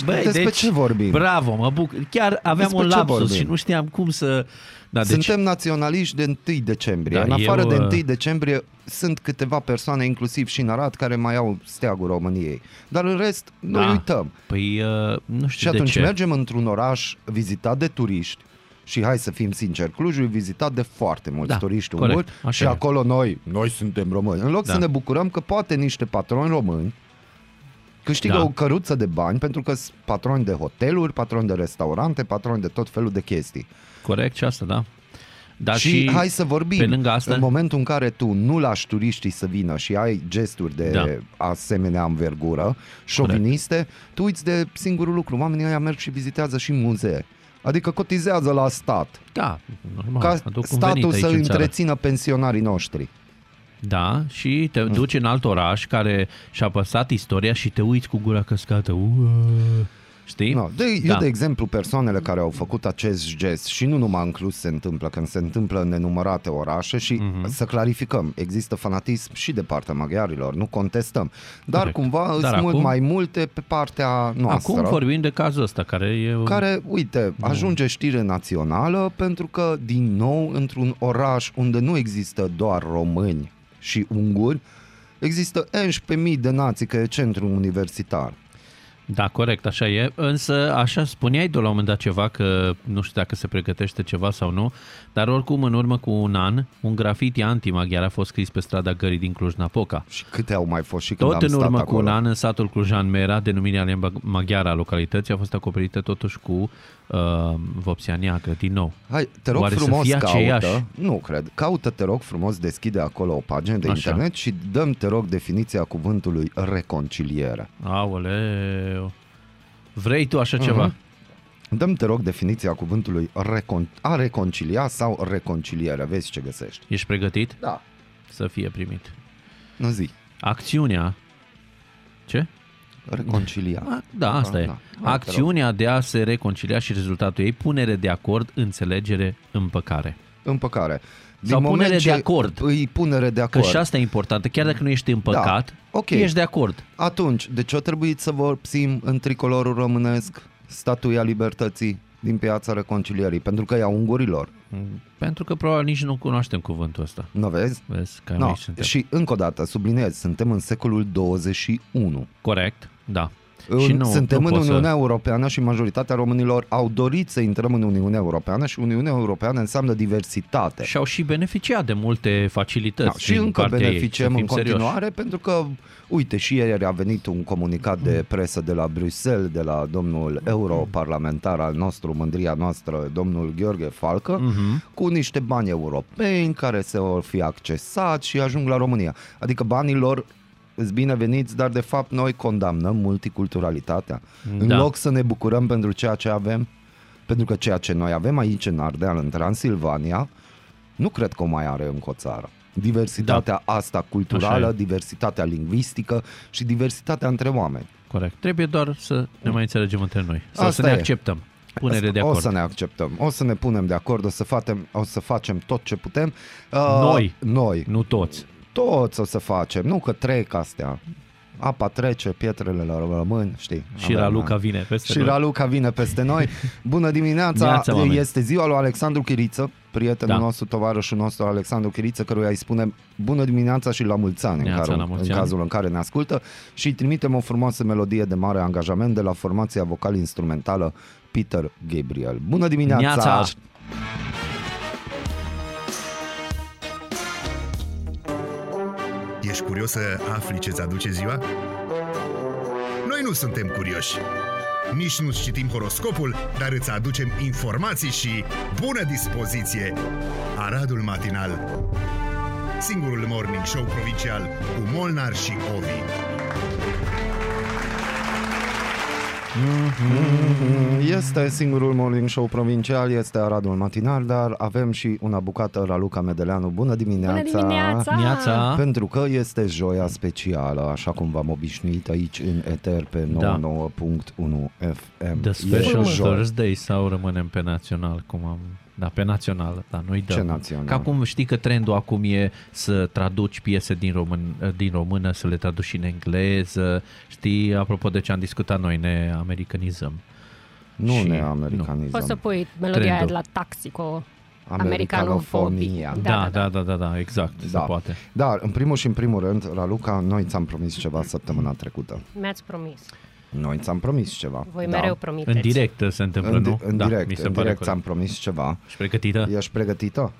Deci, despre ce vorbim? Bravo, mă bucur. Chiar aveam Despre un ce lapsus vorbim? și nu știam cum să... Da, deci, Suntem naționaliști de 1 decembrie. Da, Da, în afară eu, de uh, 1 decembrie sunt câteva persoane, inclusiv și în Arad, care mai au steagul României. Dar în rest, noi da. uităm. Păi, uh, nu știu Și de atunci ce. mergem într-un oraș vizitat de turiști și hai să fim sinceri, Clujul e vizitat de foarte mulți Da, turiști corect, unguri așa și e. acolo noi, noi suntem români. În loc Da. să ne bucurăm că poate niște patroni români câștigă Da. o căruță de bani pentru că sunt patroni de hoteluri, patroni de restaurante, patroni de tot felul de chestii. Corect și asta, da. Dar și, și hai să vorbim. pe lângă asta- În momentul în care tu nu lași turiștii să vină și ai gesturi de Da. asemenea învergură, șoviniste, tu uiți de singurul lucru. Oamenii ăia merg și vizitează și muzee. Adică cotizează la stat. Da, normal. Ca aduc un venit statul aici să în țară. întrețină pensionarii noștri. Da, și Mm. te duci în alt oraș care și-a păsat istoria și te uiți cu gura căscată. Uă, știi? No, de, eu, da. de exemplu, persoanele care au făcut acest gest și nu numai în Cluj se întâmplă, când se întâmplă în nenumărate orașe și Mhm. mm-hmm. să clarificăm, există fanatism și de partea maghiarilor, nu contestăm, dar Corect. cumva Dar sunt mult acum- mai multe pe partea noastră. Acum vorbim de cazul ăsta care e... care, uite, ajunge știre națională pentru că, din nou, într-un oraș unde nu există doar români și unguri, există 11.000 de nații, că e centru universitar. Da, corect, așa e. Însă, așa spuneai de la un moment dat ceva, că nu știu dacă se pregătește ceva sau nu, dar oricum, în urmă cu un an, un grafiti antimaghiar a fost scris pe strada gării din Cluj-Napoca. Și câte au mai fost și când Tot am în stat urmă cu acolo. un an, în satul Clujan Mera, denumirea limba maghiară a localității a fost acoperită totuși cu uh, vopsea neagră, din nou. Hai, te rog Oare să frumos, fie caută, aceeași? nu cred, caută, te rog frumos, deschide acolo o pagină de Așa. internet și dăm, te rog, definiția cuvântului reconciliere. Aoleu, vrei tu așa ceva? Mhm. Dăm, te rog, definiția cuvântului recon- a reconcilia sau reconciliere, vezi ce găsești. Ești pregătit Da, să fie primit? nu zi, Acțiunea... Ce? reconcilia. A, da, asta Da, e. da. Hai, te Acțiunea de a se reconcilia și rezultatul ei, punere de acord, înțelegere, împăcare. Împăcare. Din Sau punere moment de ce acord. Îi punere de Că acord. și asta e importantă. Chiar dacă nu ești împăcat, Da, ok. ești de acord. Atunci, de ce a trebuit să vorbim în tricolorul românesc statuia libertății din piața reconcilierii? Pentru că e a ungurilor, Pentru că probabil nici nu cunoaștem cuvântul ăsta. nu vezi? Vezi că No, aici suntem. și încă o dată, subliniez, suntem în secolul 21. Corect, da. Și nu- suntem nu în pot să- Uniunea Europeană și majoritatea românilor au dorit să intrăm în Uniunea Europeană și Uniunea Europeană înseamnă diversitate. Și au și beneficiat de multe facilități. Da, și din încă partea ei, beneficiem să în fim serioși. continuare pentru că, uite, și ieri a venit un comunicat de presă de la Bruxelles, de la domnul europarlamentar al nostru, mândria noastră, domnul Gheorghe Falcă, Mm. Mhm. cu niște bani europeni care se vor fi accesat și ajung la România. Adică banii lor îți bineveniți, dar de fapt noi condamnăm multiculturalitatea. În Da. loc să ne bucurăm pentru ceea ce avem, pentru că ceea ce noi avem aici în Ardeal, în Transilvania, nu cred că o mai are încă o țară. Diversitatea da. asta culturală, Așa e. diversitatea lingvistică și diversitatea între oameni. Corect. Trebuie doar să ne mai înțelegem între noi. Sau Asta să ne e. acceptăm. Punere de o acord. să ne acceptăm, o să ne punem de acord, o să, facem, o să facem tot ce putem. Uh, Noi. Noi. Nu toți. Toți o să facem, nu că trec astea. Apa trece, pietrele la rămân, știi. Și Avem, la da. Luca vine peste Și noi. Raluca vine peste noi. Bună dimineața! Neața, oameni. este ziua lui Alexandru Chiriță, prietenul Da. da. nostru, tovarășul nostru Alexandru Chiriță, căruia îi spunem bună dimineața și la mulți ani, în, Neața, care, la mulți în ani. cazul în care ne ascultă și îi trimitem o frumoasă melodie de mare angajament de la formația vocal-instrumentală Peter Gabriel. Bună dimineața! Neața! Ești curios să afli ce-ți aduce ziua? Noi nu suntem curioși. Nici nu citim horoscopul, dar îți aducem informații și bună dispoziție! Aradul Matinal Singurul morning show provincial cu Molnar și Ovi. Este singurul morning show provincial, este Aradul Matinal, dar avem și una bucată, Raluca Medeleanu. Bună dimineața! Bună dimineața! Neața. Pentru că este joia specială, așa cum v-am obișnuit aici în Eter pe Da. 99.1 FM. The Special E joi. Thursday sau rămânem pe național, cum am... Da, pe național, da, noi dăm. Ce național? Că acum știi că trendul acum e să traduci piese din, român, din română, să le traduci și în engleză. Știi, apropo de ce am discutat noi, ne americanizăm. Nu Și- ne americanizăm. Poți să pui melodia aia de Trendul. la taxi cu Americanofonia. americanofobii. Da, da, da, da, da, exact, da. se poate. Dar, în primul și în primul rând, Raluca, noi ți-am promis ceva săptămâna trecută. Mi-ați promis. Noi ți-am promis ceva. Da. Voi mereu promiteți. Da. În direct se întâmplă, În, nu? di- în da, direct, mi se în pare direct corect. ți-am promis ceva. Ești pregătită? Ești pregătită?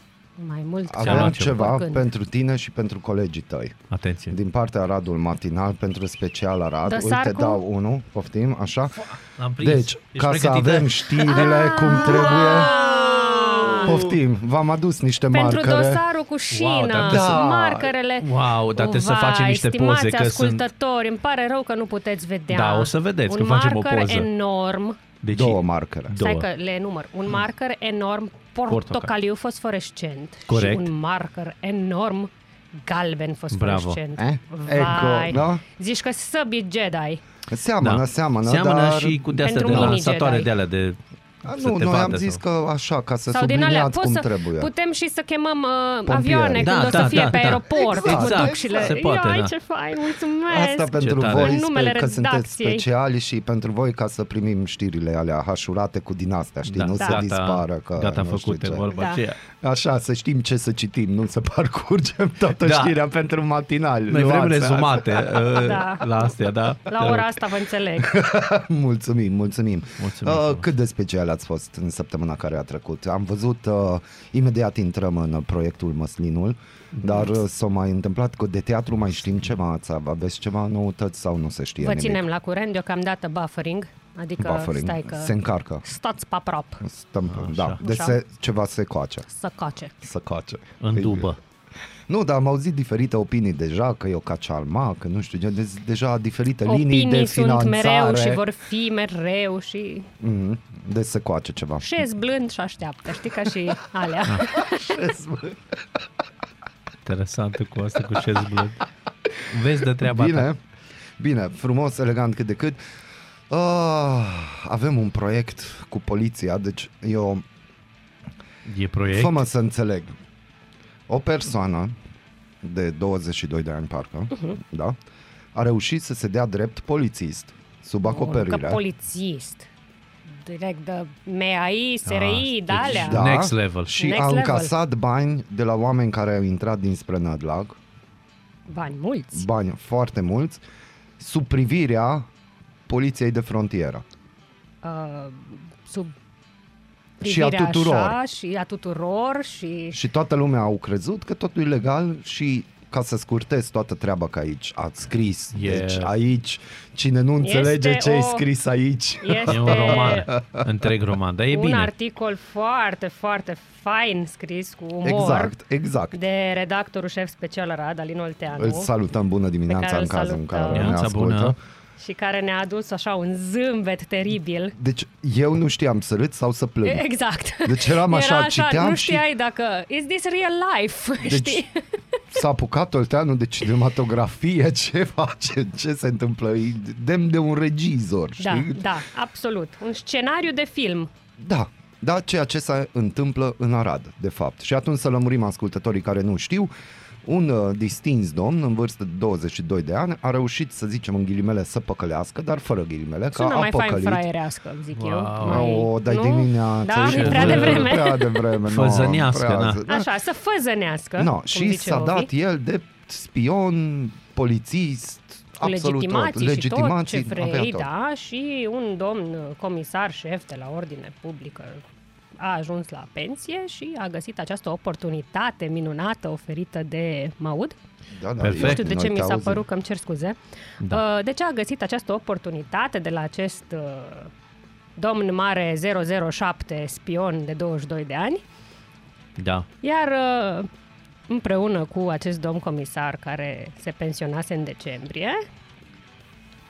Mai mult Ți-am Avem luat sau ceva oricând. pentru tine și pentru colegii tăi. Atenție. Din partea Radul Matinal pentru special Arad. Uite, Dosarcu? dau unul, poftim, așa. L-am prins. Deci, Ești ca să pregătită? avem știrile cum trebuie, Ah, Poftim, v-am adus niște Pentru marcare. Da. dosarul cu Wow, șina, dar trebuie să- marcărele. Wow, dar trebuie să facem niște poze, estimați că sunt- ascultători, îmi pare rău că nu puteți vedea. Da, o să vedeți Un că facem o marker poză. enorm. Deci, Două marcare. Stai că le număr. Hmm. Un marker enorm portocaliu fosforescent. Corect. Și un marker enorm galben fosforescent. Eh? Vai. Ecco, da? Zici că săbii Jedi. Seamănă, seamănă, Da. seamănă dar... și cu de-astea de Pentru mini lansatoare Jedi. de alea de... A, să Nu, te noi am vadă zis sau- că așa, ca să Sau din alea. subliniați Poți cum să, trebuie. putem și să chemăm uh, Pompieri. avioane Da, când o să da, fie da, pe da. aeroport Exact, cu ducșile. se poate, Ioi, da. ce fain, mulțumesc! Asta pentru tare. voi, În numele sper că sunteți redacției. speciali și pentru voi ca să primim știrile alea hașurate cu din astea, știi, nu se dispară că gata nu știu făcute, ce. Da. vorba Da. aceea. Așa, să știm ce să citim, nu să parcurgem toată Da. știrea pentru matinal. Noi vrem Luați asta. rezumate uh, Da. la astea, da? La ora asta vă înțeleg. Mulțumim, mulțumim. Mulțumim uh, frumos. cât de special ați fost în săptămâna care a trecut? Am văzut, uh, imediat intrăm în uh, proiectul Măslinul, dar uh, s-a mai întâmplat că de teatru mai știm ceva, ați aveți ceva noutăți sau nu se știe Vă nimic? ținem la curent deocamdată buffering, adică Buffering. stai că Se încarcă. stați pe aprop Stăm, da, deci Așa. se, ceva se coace. să coace. Să coace. În dubă. Nu, dar am auzit diferite opinii deja, că e o cacialma, că nu știu, ce, deci deja diferite linii de Opinii sunt finanțare. mereu și vor fi mereu și Mhm, Deci se coace ceva. șez blând și așteaptă, știi, ca și alea. Ah, Interesantă cu asta cu șez blând. Vezi de treaba ta. Bine, bine, frumos, elegant cât de cât. Uh, avem un proiect cu poliția, deci eu, E proiect? fă să înțeleg, o persoană de 22 de ani, parcă, Mhm. da, a reușit să se dea drept polițist sub Că acoperire. polițist. Direct de MAI, SRI, de alea. Ah, da. Ah, deci Next level. și Next a level. încasat bani de la oameni care au intrat dinspre Nădlac, Bani mulți. bani foarte mulți, sub privirea poliției de frontieră. Uh, sub Și a privirea tuturor. Așa, și a tuturor și... Și toată lumea au crezut că totul e legal și ca să scurtez toată treaba că aici ați scris. Yeah. Deci aici, cine nu Este înțelege ce ai o- scris aici, Este E un roman, întreg roman, dar e un bine. articol foarte, foarte fain scris cu umor exact, exact. de redactorul șef special Rad, Alin Îl Olteanu, salutăm, bună dimineața care în îl cazul în care ne salutăm. Dimineața bună. ascultă. și care ne-a adus așa un zâmbet teribil. Deci eu nu știam să râd sau să plâng. Exact. Deci eram așa, Era așa citeam nu și- știai dacă... Is this real life? Deci Știi? s-a apucat Olteanu de cinematografie, ce face, ce se întâmplă, e demn de un regizor. Da, știi? da, absolut. Un scenariu de film. Da, da, ceea ce se întâmplă în Arad, de fapt. Și atunci să lămurim ascultătorii care nu știu, un uh, distins domn în vârstă de 22 de ani a reușit, să zicem în ghilimele, să păcălească, dar fără ghilimele, că Sună a mai fain păcălit. fraierească, zic Wow. eu. Mai, O, dai nu? dimineața. Da, ce e prea devreme. Prea Da, devreme, nu. Făzănească, prea- na. Așa, să făzănească. No, cum și zice s-a Ovi. dat el de spion, polițist, absolut tot. legitimații, legitimații și tot ce avea vrei, tot. da, și un domn comisar șef de la ordine publică a ajuns la pensie și a găsit această oportunitate minunată oferită de Maud. Da, da, Perfect. Nu știu de noi ce te mi s-a auzim. părut că îmi cer scuze. Da. Da. Deci a găsit această oportunitate de la acest uh, domn mare 007 spion de 22 de ani Da. iar uh, împreună cu acest domn comisar care se pensionase în decembrie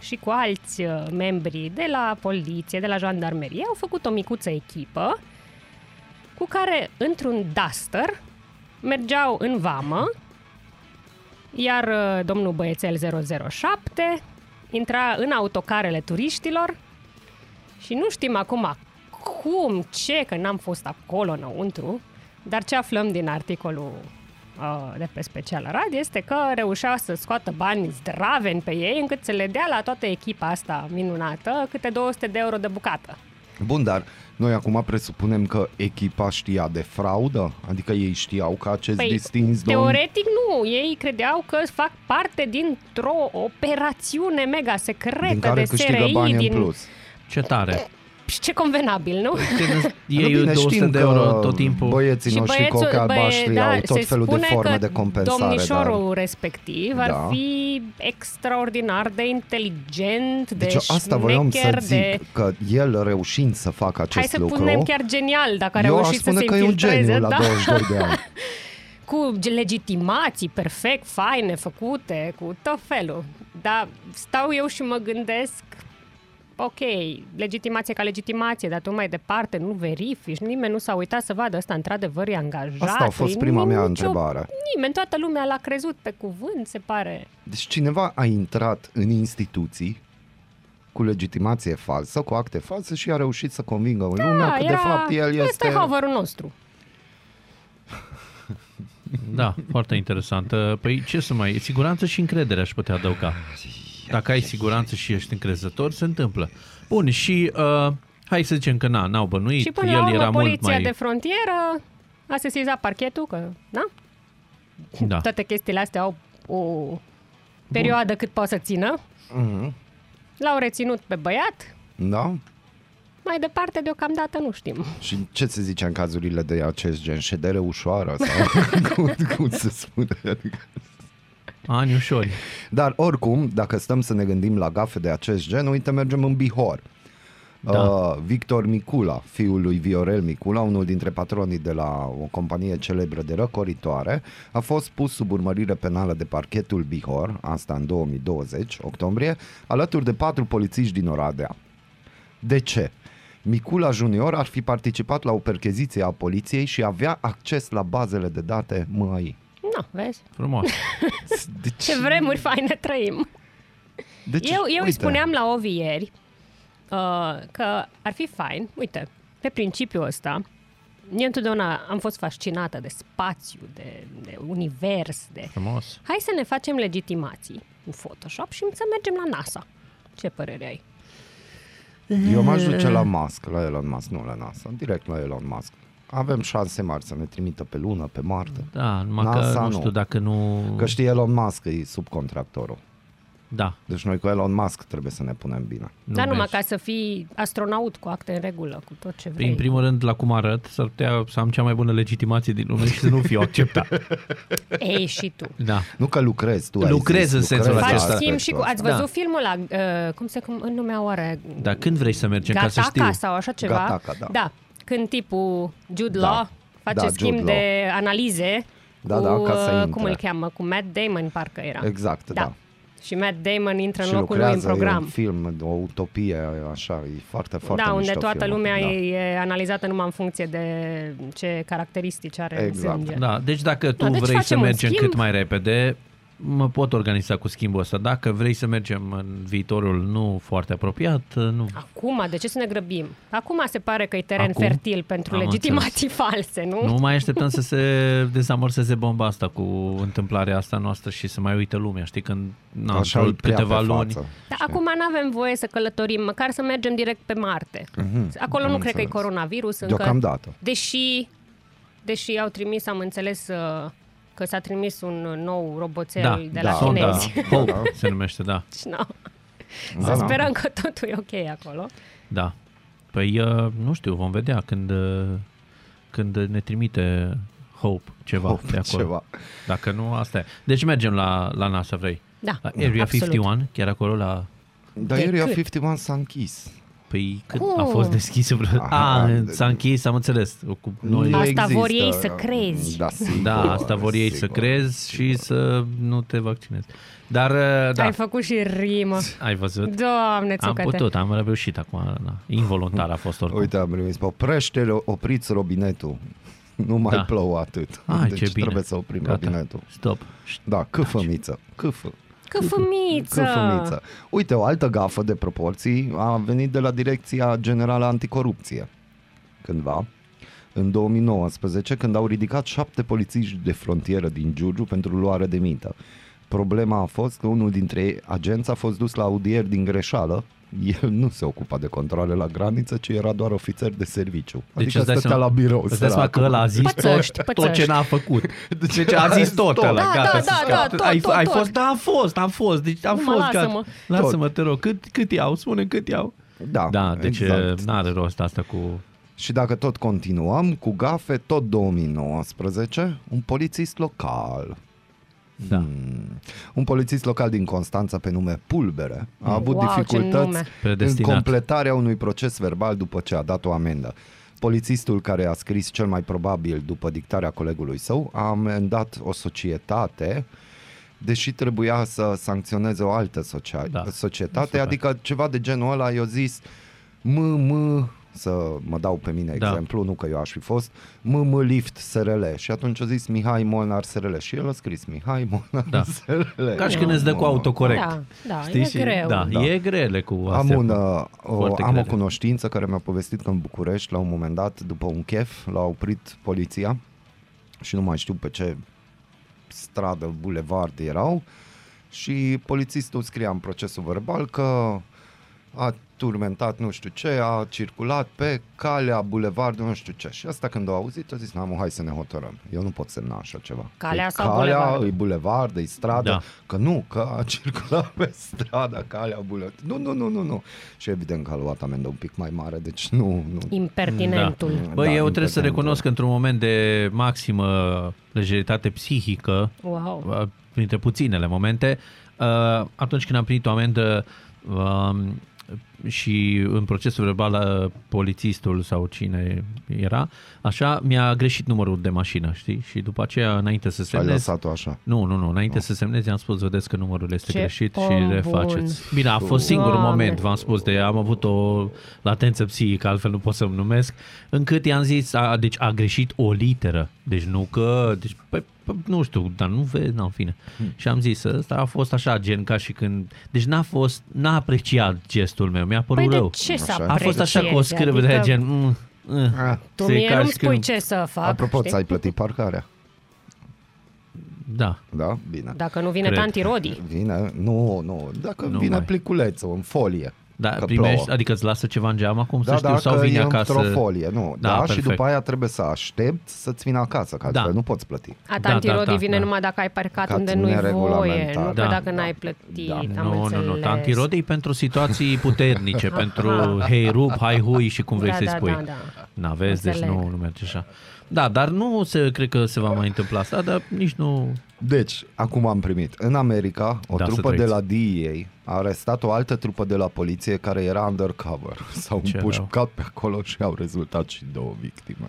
și cu alți uh, membri de la poliție, de la jandarmerie, au făcut o micuță echipă cu care, într-un duster, mergeau în vamă, iar uh, domnul băiețel 007 intra în autocarele turiștilor și nu știm acum cum, ce, că n-am fost acolo înăuntru, dar ce aflăm din articolul uh, de pe Special Arad este că reușea să scoată bani zdraveni pe ei încât să le dea la toată echipa asta minunată câte 200 de euro de bucată. Bun, dar noi acum presupunem că echipa știa de fraudă? Adică ei știau că acest păi, distins domn... teoretic nu, ei credeau că fac parte dintr-o operațiune mega secretă Din care de câștigă SRI bani în din plus. Păi, Ce tare. Și ce convenabil, nu? Când iei 200 de euro tot timpul. băieții Și noștri cu ochi albaștri da, au se tot felul de spune forme că de compensare. domnișorul dar... respectiv Da. ar fi extraordinar de inteligent, de Deci eu asta voiam să șmecher, zic, de... că el reușind să facă acest Hai să lucru, punem chiar genial, dacă a eu aș reușit să spune se că e un infiltreze, geniu la da? 22 de ani. cu legitimații perfect, faine, făcute, cu tot felul. Dar stau eu și mă gândesc, ok, legitimație ca legitimație, dar tu mai departe nu verifici, nimeni nu s-a uitat să vadă ăsta într-adevăr e angajat. Asta a fost e prima mea nicio- întrebare. Nimeni, toată lumea l-a crezut pe cuvânt, se pare. Deci cineva a intrat în instituții cu legitimație falsă, cu acte false și a reușit să convingă lumea Da, că de Da, Ah, era- fapt el este... Este hoverul nostru. Da, foarte interesant. Uh, Păi ce să mai... Siguranță și încredere aș putea adăuga. Dacă ai siguranță și ești încrezător, se întâmplă. Bun, și uh, hai să zicem că na, n-au bănuit, Și până el la urmă, era mult poliția mai... de frontieră a sesizat parchetul, că, na? da. toate chestiile astea au o perioadă cât poate să țină. Mhm. L-au reținut pe băiat, Da? mai departe deocamdată nu știm. Și ce se zice în cazurile de acest gen? Ședere ușoară? Sau cum, cum se spune? Adică- Ani ușori. Dar oricum, dacă stăm să ne gândim la gafe de acest gen, uite, mergem în Bihor. Da. Uh, Victor Micula, fiul lui Viorel Micula, unul dintre patronii de la o companie celebră de răcoritoare, a fost pus sub urmărire penală de parchetul Bihor, asta în 2020, octombrie, alături de patru polițiști din Oradea. De ce? Micula Junior ar fi participat la o percheziție a poliției și avea acces la bazele de date MAI. Nu, vezi? Frumos. De Ce vremuri faine trăim. Deci, eu eu îi spuneam la Ovi ieri uh, că ar fi fain, uite, pe principiul ăsta, eu întotdeauna am fost fascinată de spațiu, de, de univers, de... Frumos. Hai să ne facem legitimații cu Photoshop și să mergem la NASA. Ce părere ai? Mm. Eu m-aș duce Mm. la Musk, la Elon Musk, nu la NASA, direct la Elon Musk. Avem șanse mari să ne trimită pe lună, pe Marte. Da, numai NASA că nu nu. știu dacă nu... Că știi, Elon Musk e subcontractorul. Da. Deci noi cu Elon Musk trebuie să ne punem bine. Nu Dar numai vezi. Păi, ca să fii astronaut cu acte în regulă, cu tot ce vrei. În primul rând, la cum arăt, s-ar putea să am cea mai bună legitimație din lume și să nu fiu Da. acceptat. Ei, și tu. Da. Nu că lucrezi tu. ai Lucrez zis, în sensul lucrezi Faci acesta. la schimb și cu... Ați aspectul văzut Da. filmul la... Uh, cum se cum, numea oare? Dar când vrei să mergem ca să Gataca știu? sau așa ceva? Gataca, da. da. Când tipul Jude Da. Law Da, face Jude schimb Law. de analize Da, cu, da, ca să uh, intre. cum îl cheamă, cu Matt Damon parcă era. Exact, da. Și Matt Damon intră Și în locul lui în lucrează, e program. un film, o utopie, așa, e foarte, foarte da, unde mișto toată filmul. lumea da. e e analizată numai în funcție de ce caracteristici are Exact. în sânge. Da, deci dacă tu Da, deci vrei să facem un mergem schimb. cât mai repede, mă pot organiza cu schimbul ăsta. Dacă vrei să mergem în viitorul nu foarte apropiat, nu. Acum, de ce să ne grăbim? Acum se pare că e teren Acum? fertil pentru Am legitimații false, nu? Nu mai așteptăm să se dezamorseze bomba asta cu întâmplarea asta noastră și să mai uite lumea, știi, când na, Așa Da, într-o îi prea câteva pe luni. față. Dar acum nu avem voie să călătorim, măcar să mergem direct pe Marte. Mhm. Acolo am nu cred că e înțeles. coronavirus încă. Deocamdată. Deși, deși au trimis, am înțeles uh, că s-a trimis un nou roboțel Da, de da, la sonda chinezi. Hope se numește, da. Deci, nu. Da, Să da. sperăm că totul e ok acolo. Da. Păi, uh, nu știu, vom vedea când, uh, când ne trimite Hope ceva Hope de acolo. ceva. Dacă nu, asta e. Deci mergem la, la NASA, vrei? Da, La Area absolut. 51, chiar acolo la... Dar De Area cât? 51 s-a închis. Păi cât Cum? a fost deschis vreo... Aha, A, de- s-a închis, am înțeles. Cu Nu noi... Asta vor există. ei să crezi. Da, sigur, Da, asta vor ei să sigur, crezi și să nu te vaccinezi. Dar, uh, da, Ai Da, făcut și rimă. ai văzut? Doamne, Am țucate. putut, am reușit acum. Da. Involuntar a fost oricum. Uite, am primit, oprește, opriți robinetul. Nu mai Da. da. plouă atât. Ai, deci ce bine. trebuie să oprim Gata. robinetul. Stop. Deci Da, câfămiță, câfă, Că fămiță! câfămiță. Uite, o altă gafă de proporții a venit de la Direcția Generală Anticorupție. Cândva, în 2019, când au ridicat șapte polițiști de frontieră din Giurgiu pentru luare de mită. Problema a fost că unul dintre agenți a fost dus la audieri din greșeală. El nu se ocupa de controle la graniță, ci era doar ofițer de serviciu. Deci adică îți dai stătea seama, la birou. Îți dai seama săracul. că ăla a zis Pățăști, tot, tot pățăști. ce n-a făcut. Deci a zis tot ăla, Da, gata. da, să da, scape. da, tot, ai, tot, ai tot. fost, da, am fost, am fost, deci am Nu mă, fost, lasă-mă. gata. Lasă-mă, te rog, cât, cât iau, spune cât iau. Da, Da, deci exact. exact. n-are rost asta cu... Și dacă tot continuăm, cu gafe, tot 2019, un polițist local. Da. Hmm. Un polițist local din Constanța pe nume Pulbere a avut Mm. Wow, ce dificultăți nume. în Predestinat. completarea unui proces verbal după ce a dat o amendă. Polițistul care a scris cel mai probabil după dictarea colegului său a amendat o societate deși trebuia să sancționeze o altă socia- da. Da. societate, Super. adică ceva de genul ăla, eu zis m, m, să mă dau pe mine Da. exemplu, nu că eu aș fi fost, m, m, lift SRL și atunci a zis Mihai Molnar SRL și el a scris Mihai Molnar da. Da. SRL. Ca și când îți dă cu Mamă. autocorect. Da, da, Știi? e Și- greu. Da, Da. da, e grele cu Am, astea. un, uh, o, Foarte am o grele. cunoștință care mi-a povestit că în București, la un moment dat, după un chef, l-a oprit poliția și nu mai știu pe ce stradă, bulevard erau și polițistul scria în procesul verbal că a turmentat nu știu ce, a circulat pe calea bulevardului nu știu ce. Și asta când au auzit, a zis, "Na, mă, hai să ne hotărăm. Eu nu pot semna așa ceva. Calea e sau calea, bulevardul? e bulevard, e stradă. Da. Da. Că nu, că a circulat pe strada, calea bulevard. Nu, nu, nu, nu, nu. Și evident că a luat amendă un pic mai mare, deci nu, nu. Impertinentul. Da. Băi, eu trebuie să impertinentul. recunosc că într-un moment de maximă lejeritate psihică, Wow. uh, printre puținele momente, uh, atunci când am primit o amendă uh, și în procesul verbal uh, polițistul sau cine era, așa, mi-a greșit numărul de mașină, știi? Și după aceea, înainte să Ai semnez... lăsat-o așa. Nu, nu, nu. Înainte să semnezi, am spus, vedeți că numărul este Ce greșit om și refaceți. Bine, a fost singurul Doamne. moment, v-am spus, de am avut o latență psihică, altfel nu pot să-mi numesc, încât i-am zis, a, deci a greșit o literă. Deci nu că, deci, pe, pe, nu știu, dar nu vezi, na, în fine. Și am zis, ăsta a fost așa, gen ca și când, deci n-a fost, n-a apreciat gestul meu, mi-a părut Păi de rău. ce să Așa. A fost așa cu o apreciezi? scârbă de Adică aia, gen... Mm, mm, Ah, Tu se mie ca nu-mi și spui când- ce să fac, Apropo, știi? ți-ai plătit parcarea? Da, Da? Bine. Dacă nu vine Cred. tanti Rodi. Vine, nu, nu, dacă nu Nu vine mai. mai. pliculețul în folie. da că primești, plouă. adică îți lasă ceva în geam acum, da, să știu, da, sau că vine e acasă... într-o folie, nu, da, Da, și perfect. după aia trebuie să aștepți să-ți vină acasă, că Da. altfel nu poți plăti. A, Da, tanti da, Rodi da, vine da. numai dacă ai parcat Ca unde nu-i voie, neregulamentat. nu Da, că dacă da. n-ai Da. plătit, am Nu, nu, nu, înțeles. tantirod e pentru situații puternice, pentru hei rup, hai hui și cum vrei Da, să-i da, spui. da, da. N-aveți, deci Înțeleg. nu, nu merge așa. Da, dar nu se, cred că se va mai întâmpla asta, dar nici nu... Deci, acum am primit. În America, o Da, să trupă de trăiți. la DEA a arestat o altă trupă de la poliție care era undercover. S-au Ce împușcat pe acolo și au rezultat și două victime.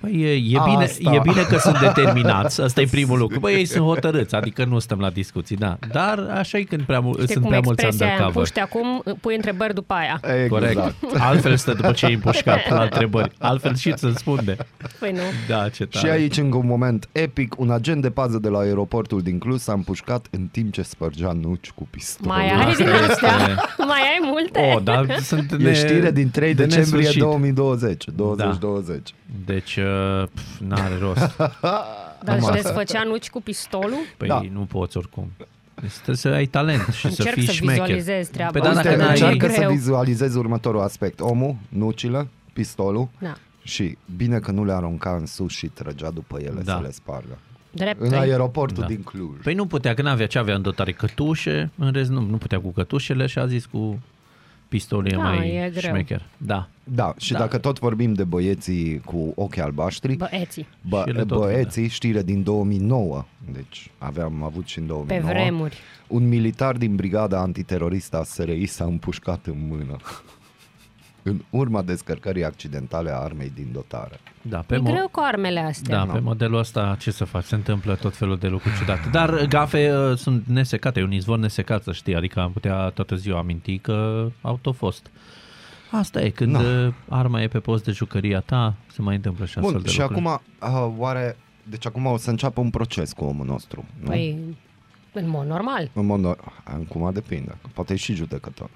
Păi e, e, bine, Asta. e bine că sunt determinați, asta e primul lucru. Băi, ei sunt hotărâți, adică nu stăm la discuții, da. Dar așa e când prea, mul- Știi sunt cum prea mulți expresia aia, undercover. împuște acum, pui întrebări după aia. Exact. Corect. Altfel stă după ce e împușcat la întrebări. Altfel și îți răspunde. Păi nu. Da, ce Și tare. aici, în un moment epic, un agent de pază de la aeroportul din Cluj s-a împușcat în timp ce spărgea nuci cu pistol. Mai ai Asta Oh, da, din astea? este- Mai ai multe? O, dar sunt E știre din 3 de decembrie nesfârșit. 2020. 2020. Deci, uh, pf, n-are rost. Dar își Normal. desfăcea nuci cu pistolul? Păi Da. da. nu poți oricum. Deci trebuie să ai talent și să Încerc fii să șmecher. vizualizez treaba Păi da, asta. Uite, dacă n-ai... încearcă Greu. să vizualizezi următorul aspect. Omul, nucile, pistolul Da. și bine că nu le arunca în sus și trăgea după ele Da. să le spargă. Drept. În aeroportul Da. din Cluj. Păi nu putea, că n-avea ce avea în dotare cătușe, în rest nu, nu putea cu cătușele și a zis cu pistolul e Da, mai e greu. șmecher. Da. Da, și Da. dacă tot vorbim de băieții cu ochii albaștri, Băeții. Bă, Și ele tot băieții, știre din 2009, deci aveam avut și în 2009, Pe vremuri. un militar din brigada antiteroristă a SRI s-a împușcat în mână în urma descărcării accidentale a armei din dotare. Da, pe E mo- greu cu armele astea. Da, pe modelul ăsta ce să faci? Se întâmplă tot felul de lucruri ciudate. Dar gafe uh, sunt nesecate, e un izvor nesecat, să știi, adică am putea toată ziua aminti că au tot fost. Asta e, când Na. no. arma e pe post de jucăria ta, se mai întâmplă și astfel Da. Bun, de și lucruri. acum, a, oare, deci acum o să înceapă un proces cu omul nostru, nu? Păi, în mod normal. În mod nor- acum depinde, că poate e și judecător.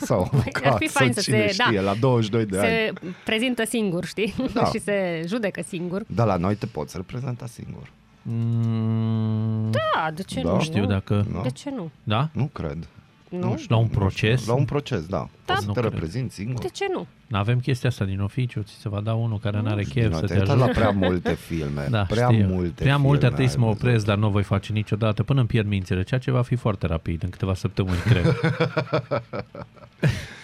Sau avocat, Păi, Ar fi fain sau să cine se- da. știe, la 22 de ani. Se prezintă singur, știi? Da. Și se judecă singur. Dar la noi te poți reprezenta singur, Mm, Da, de ce Da. nu? nu Mm, știu dacă... nu? De ce nu? Da? Nu cred. Nu? știu, la un proces. La un proces, da. Da. Poți să Nu te cred. reprezinți singur. De ce nu? Avem chestia asta din oficiu, ți se va da unul care nu are Bine, chef să te-ai te uitat ajute. la prea multe filme. Da, prea știu. multe Prea multe ar filme trebui să mă ai opresc, dar nu o voi face niciodată, până îmi pierd mințile, ceea ce va fi foarte rapid, în câteva săptămâni, cred.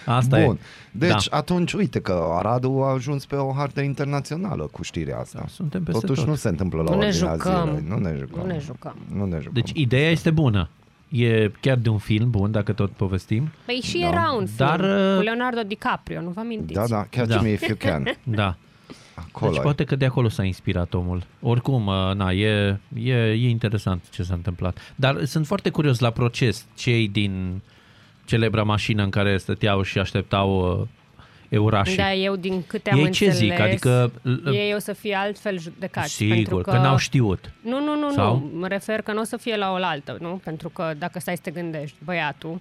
Asta Bun. e. Da. Deci atunci uite că Aradul a ajuns pe o hartă internațională cu știrea asta. Da, suntem peste Totuși tot. nu se întâmplă la Nu ne ordinea jucăm. zilei. Nu ne jucăm. Nu ne jucăm. Nu ne jucăm. Deci ideea este bună. E chiar de un film bun, dacă tot povestim. Păi și da. era un film Dar, uh, cu Leonardo DiCaprio, nu vă amintiți? da, da, catch Da. me if you can. Da. Acolo deci e. poate că de acolo s-a inspirat omul. Oricum, uh, na, e, e, e interesant ce s-a întâmplat. Dar sunt foarte curios la proces cei din celebra mașină în care stăteau și așteptau uh, eurașii. Da, eu din câte am Ei ce înțeles, zic? Adică, l- ei o să fie altfel judecați. pentru Sigur, că, că n-au știut. Nu, nu, nu, Sau? nu. Mă refer că nu o să fie la oaltă, nu? Pentru că dacă stai să te gândești, băiatul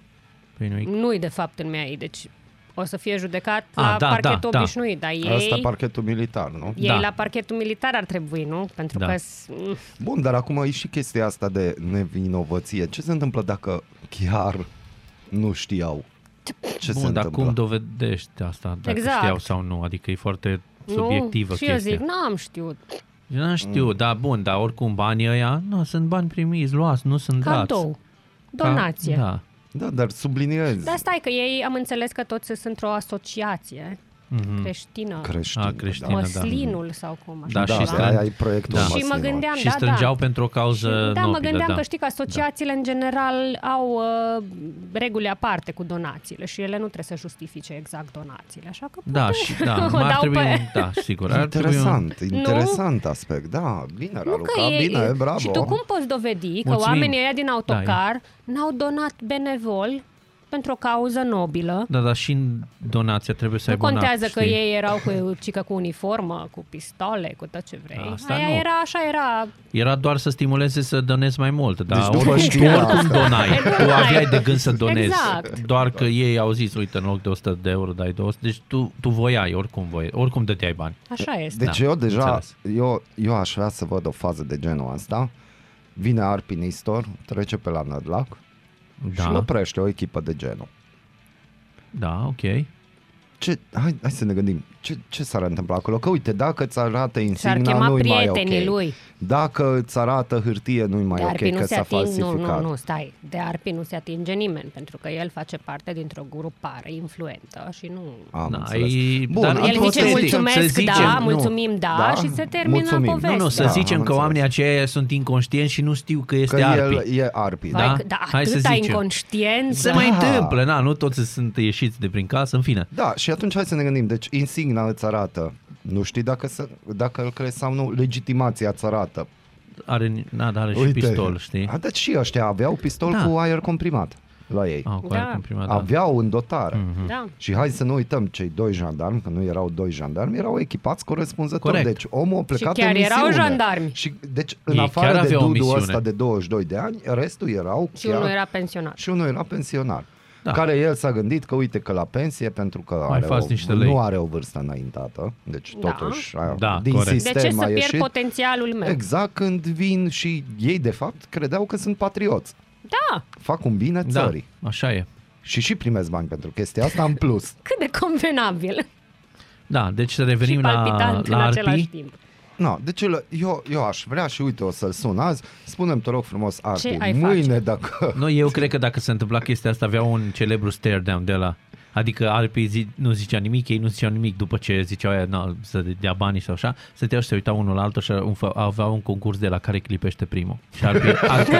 Păi nu-i... nu-i de fapt în mea ei, deci o să fie judecat A, la da, parchetul da, da. obișnuit, dar ei, Asta parchetul militar, nu? ei Da. la parchetul militar ar trebui, nu? Pentru Da. că... s- mm, Bun, dar acum e și chestia asta de nevinovăție. Ce se întâmplă dacă chiar nu știau ce se Bun, dar întâmplă? cum dovedești asta, dacă Exact. știau sau nu? Adică e foarte subjectivă nu? Și eu chestia. zic, n-am știut. Eu nu știu, mm. dar bun, dar oricum banii ăia, nu, sunt bani primiți, luați, nu sunt dați. Cadou. Donație. Ca, da. Da, dar subliniez Dar stai că ei, am înțeles că toți sunt într-o asociație Mhm. mm-hmm. creștină. creștină. A, creștină, da. Măslinul sau cum așa. Da, Da, și ceva. de aia e strâng- proiectul da. Măslinul. Și mă gândeam, și da, strângeau da. pentru o cauză da, nobilă, mă gândeam da. că știi că asociațiile în general au uh, reguli aparte cu donațiile și ele nu trebuie să justifice exact donațiile, așa că Da, poate și, da, o mai ar dau trebui pe... un, da, sigur, ar trebui un, Interesant, interesant aspect, da, bine, Nu că Raluca, ei- bine, bravo. Și tu cum poți dovedi că Mulțumim. oamenii ăia din Da, e. autocar n-au donat benevol pentru o cauză nobilă? da, dar și în donația trebuie să Nu aibă un act, contează că știi? ei erau cu cică cu uniformă, cu pistole, cu tot ce vrei. Asta Aia nu. era așa, era Era doar să stimuleze să donezi mai mult, dar după deci, oricum, tu știrea oricum asta. donai, tu aveai de gând să donezi, Exact. doar că ei au zis, uite, în loc de 100 de euro dai 200, deci tu, tu voiai, oricum voiai, oricum dădeai bani. așa este. Deci Da, eu deja, înțeles. eu, eu aș vrea să văd o fază de genul ăsta. Vine Arpi Nistor, trece pe la Nădlac da. și Da, oprește o echipă de genul. da, ok. Ce, hai, hai să ne gândim, ce, ce s-ar întâmpla acolo? Că uite, dacă îți arată Și-ar insigna, chema nu-i mai prietenii ok. lui. Dacă îți arată hârtie, nu-i mai de Arpi ok, nu că se s-a ating, nu, falsificat. nu, nu, stai. De Arpi nu se atinge nimeni, pentru că el face parte dintr-o grupare influentă și nu... Am Da, înțeles. e- Bun, dar- El atunci zice să zicem- mulțumesc, să zicem, da, nu. mulțumim, da, Da? și se termină Mulțumim. Nu, nu, Nu, povestea. nu, să Da, zicem am că oamenii înțeles. aceia sunt inconștienți și nu știu că Că este el arpi. e Da. Arpi, da? Da? Vai, că- da, Hai să atâta zicem. inconștiență. Se mai întâmplă, na, nu toți sunt ieșiți de prin casă, în fine. Da, și atunci hai să ne gândim. Deci insigna îți arată, nu știi dacă, să, dacă îl crezi sau nu, legitimația îți arată. Are, na, dar are și pistol, știi? A, deci și ăștia aveau pistol Da. da. cu aer comprimat la ei. Au, cu Da. aer comprimat, da. Aveau în dotare. Mhm. Da. Și hai să nu uităm, cei doi jandarmi, că nu erau doi jandarmi, erau echipați corespunzător. Corect. Deci omul a plecat Și chiar în misiune. erau jandarmi. Și, deci, în Ei chiar afară de aveau o dudul misiune. ăsta de 22 de ani, restul erau Și chiar... unul era pensionat. și unul era pensionar. Da. Da. Care el s-a gândit că uite că la pensie pentru că Mai are faci o, niște lei. nu are o vârstă înaintată, deci Da. totuși a- Da, din corect. De sistem ce să a pierd ieșit. potențialul meu? Exact când vin și ei de fapt credeau că sunt patrioți. Da, Fac un bine Da, țării. așa e. Și și primesc bani pentru chestia asta în plus. cât de convenabil. Da, deci să și revenim la, palpitant în la același arpi. timp. No, deci el- eu, eu aș vrea și uite o să-l sun azi. Spunem te rog frumos Arpi, ai mâine dacă... Nu, eu cred că dacă se întâmpla chestia asta, avea un celebru stare down de la. Adică arpii zi, nu zicea nimic, ei nu ziceau nimic după ce ziceau aia, na, să dea banii sau așa, stăteau și se uitau unul la altul și un- aveau un concurs de la care clipește primul. Și arpii, arpii,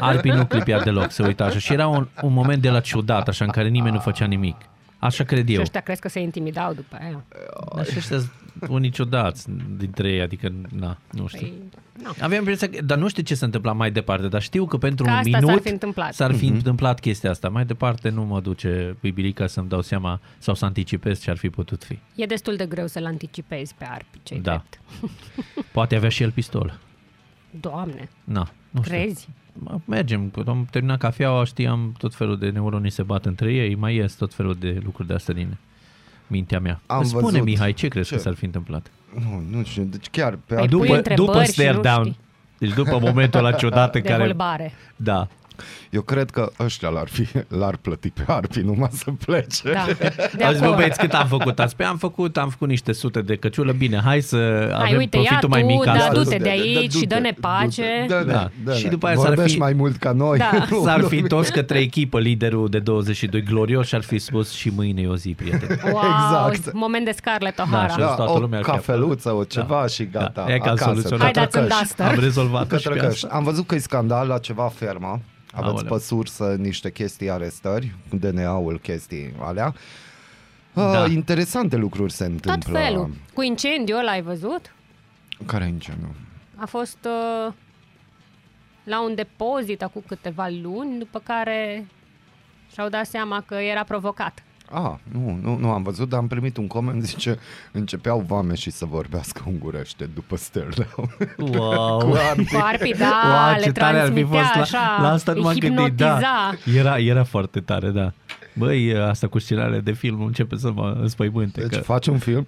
arpii nu clipea deloc, se uita așa. Și era un, un moment de la ciudat, așa, în care nimeni nu făcea nimic. Așa cred Și eu. ăștia crezi că se intimidau după aia. Dar și ăștia sunt unii ciudați dintre ei, adică, na, nu știu. Păi, nu. Aveam impresia că, dar nu știu ce se întâmpla mai departe, dar știu că pentru Că un asta s-ar minut fi întâmplat. s-ar Mhm. fi întâmplat chestia asta. Mai departe nu mă duce bibilica să-mi dau seama sau să anticipez ce ar fi putut fi. E destul de greu să-l anticipezi pe arpi, cei Da. drept. Poate avea și el pistol. Doamne, Na, nu știu. crezi? Mă, Mergem, că am terminat cafeaua, știam tot felul de neuronii se bat între ei, mai ies tot felul de lucruri de astea din mintea mea. Am Spune, văzut. Mihai, ce crezi Ce? că s-ar fi întâmplat? Nu, nu știu, deci chiar pe Păi Arpi- Pui După, întrebări după și nu stare down. știi. Deci după momentul ăla ciudat în De care... care... Da, Eu cred că ăștia l-ar, fi, l-ar plăti pe Arpi numai să plece. Da, de Azi, bă, acord. băieți, cât am făcut azi? Pe am făcut, am făcut niște sute de căciulă. Bine, hai să Hai, avem uite, ia profitul mai tu, mic da, astăzi. du-te de aici și dă-ne pace. Da, da, Da. da, Și după aia s-ar Vorbești fi- mai mult ca noi. Da. Nu, S-ar nu. fi întors către echipă liderul de 22 glorios și ar fi spus și mâine e o zi, prieteni. Wow, Exact. moment de Scarlett Da, O'Hara. și- Da, Da, toată o lumea ar fi cafeluță, o ceva Da. și gata. Da, e că am acasă, soluționat. Hai, dați-mi cătrăcăși. asta. Am rezolvat și pe Cătrăcăși. asta. Am văzut că e scandal la ceva fermă. Aveți Aoleu. pe sursă niște chestii arestări, cu DNA-ul chestii alea. Da. Da. interesante lucruri se Tot întâmplă. felul. Cu incendiu ăla ai văzut? Care nici nu. A fost uh, la un depozit acum câteva luni, după care și-au dat seama că era provocat. A, Ah, nu, nu, nu am văzut, dar am primit un coment, zice, începeau vame și să vorbească ungurește după Sterlau. Wow. Cu arpi, da, Uau, le transmitea la, așa, la asta nu m-am îi gândit, da. hipnotiza. Era, era foarte tare, da. Băi, asta cu scenariile de film începe să mă înspăimânte. că... Deci faci un film?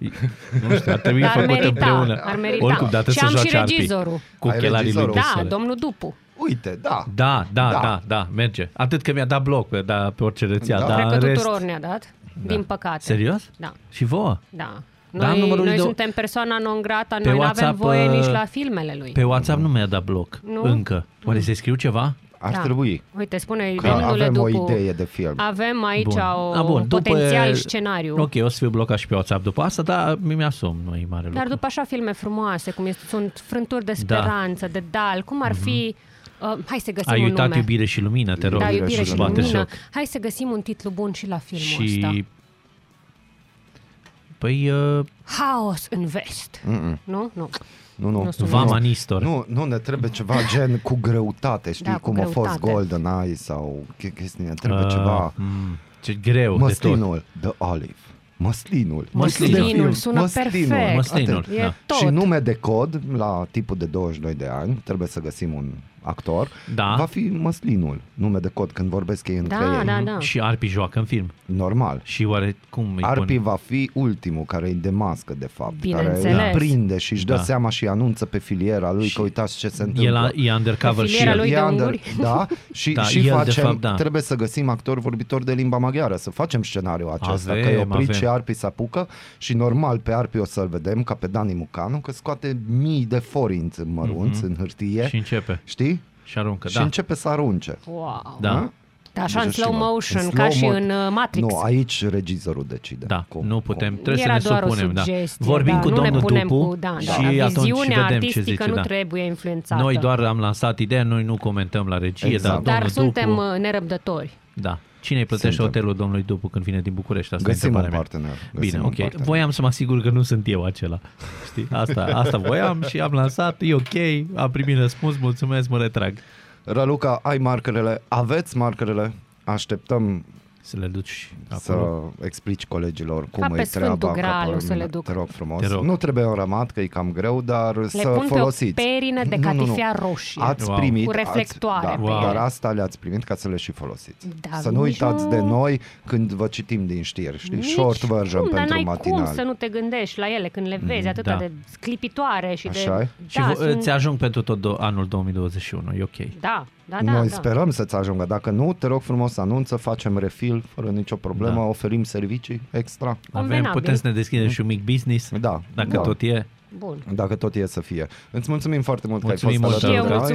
Nu știu, ar trebui Dar ar făcut merita, împreună. ar merita. Oricum, dar trebuie Și să am și joace Arpi. regizorul. Cu Ai chelarii lui regizorul. Da, Brusole. domnul Dupu. Uite, da. Da, da, Da. da, da, merge. Atât că mi-a dat bloc pe, da, pe orice rețea, Da. da. dar Cred în că rest... tuturor ne-a dat, din păcate. Da. Serios? Da. Și vouă? Da. Da, Noi, numărul noi de- suntem persoana non grata, Pe noi nu avem WhatsApp, voie uh, nici la filmele lui. Pe WhatsApp nu mi-a dat bloc Păi. Nu? încă. Oare să scriu ceva? Ar trebui. Da. Uite, spune Că domnule avem Dupu, o idee de film. Ah, Avem aici o, A, un potențial scenariu. Ah, Ok, o să fiu blocat și pe WhatsApp după asta, dar mi-asum, nu e mare Dar lucru. după așa filme frumoase, cum este, sunt frânturi de Da. speranță, de dal, cum Mhm. ar fi... Uh, hai să găsim Ai un uitat nume. iubire și lumină, te rog. da, Iubire iubire și și Bate lumină. da. joc. Hai să găsim un titlu bun și la filmul ăsta. Și... Păi, uh, Haos în vest. Mm-mm. Nu? Nu. Nu, nu. Nu sunt. Vama Nistor. Nu, nu, ne trebuie ceva gen cu greutate, știi, Da, cu cum a fost greutate. Golden Eye sau ch- chestii, ne trebuie uh, ceva. mm, ce greu de tot. Măslinul, The Olive. Măslinul. Măslinul, Titlul de film. sună perfect. Exact. Măslinul, Atent. E Da. tot. Și nume de cod la tipul de 22 de ani, trebuie să găsim un actor, Da. va fi Măslinul, nume de cod când vorbesc ei între Da, ei. da, da. Și Arpi joacă în film. Normal. Și oare cum îi Arpi pun? va fi ultimul care îi demască, de fapt, care îl Bineînțeles. prinde și își dă Da. seama și anunță pe filiera lui Și că uitați ce se întâmplă. El a, e undercover și Filiera el. lui de Ia unguri. under- Da, și, Da, și el, de facem, fapt, da. trebuie să găsim actor vorbitor de limba maghiară, să facem scenariul acesta, Avem, că e oprit avem. și Arpi se apucă și normal pe Arpi o să-l vedem ca pe Dani Mucanu, că scoate mii de forinți în mărunți, în hârtie, Mhm. Și începe. știi? Și aruncă, Și da. începe să arunce. Wow. Da. Da, așa în Deci, slow știi, mă, motion, în slow ca și mo- în uh, Matrix. Nu, aici regizorul decide. Da, cum- nu putem, cum. trebuie Era să ne doar supunem, o sugestie, da. Vorbim da, cu nu domnul ne punem Dupu cu, da, și da, da. atunci Viziunea vedem ce artistică zice, nu da. trebuie influențată. Noi doar am lansat ideea, noi nu comentăm la regie, Exact. dar Dar domnul suntem Dupu, uh, nerăbdători. da. Cine îi plătește Suntem. hotelul domnului Dupu când vine din București? Asta e Găsim un întrebarea mea. partener, găsim Bine, un ok. partener. Voiam să mă asigur că nu sunt eu acela. Știi? Asta, asta voiam și am lansat, e ok, am primit răspuns, mulțumesc, mă retrag. Raluca, ai markerele, aveți markerele, așteptăm Să le duci acolo. Acolo. să explici colegilor cum Ca e pe treaba. Sfântul Graal ca pe- o să le duc. Te rog frumos. Te rog. Nu trebuie în ramat, că e cam greu, dar le să pun pe o folosiți. perină de Nu, nu, nu. catifea roșie. Ați Wow. primit, Cu reflectoare Ați, pe da, ele. Dar asta le-ați primit ca să le și folosiți. Da, să nu nici uitați nu- de noi când vă citim din știri, știi? Nici Short version cum, dar pentru n-ai matinal. cum să nu te gândești la ele când le vezi, mm, atâta da. de sclipitoare și Așa e? de... Și Da, vo- sunt- ți ajung pentru tot do- anul 2021, e ok. da, da, da, Noi da. sperăm să-ți ajungă. Dacă nu, te rog frumos, anunță, facem refill fără nicio problemă, Da. oferim servicii extra. Avem, Convenabil. putem să ne deschidem și un mic business, Da, dacă da. tot e. Bun. dacă tot e să fie. Îți mulțumim foarte mult Mulțumim că ai mult, fost alături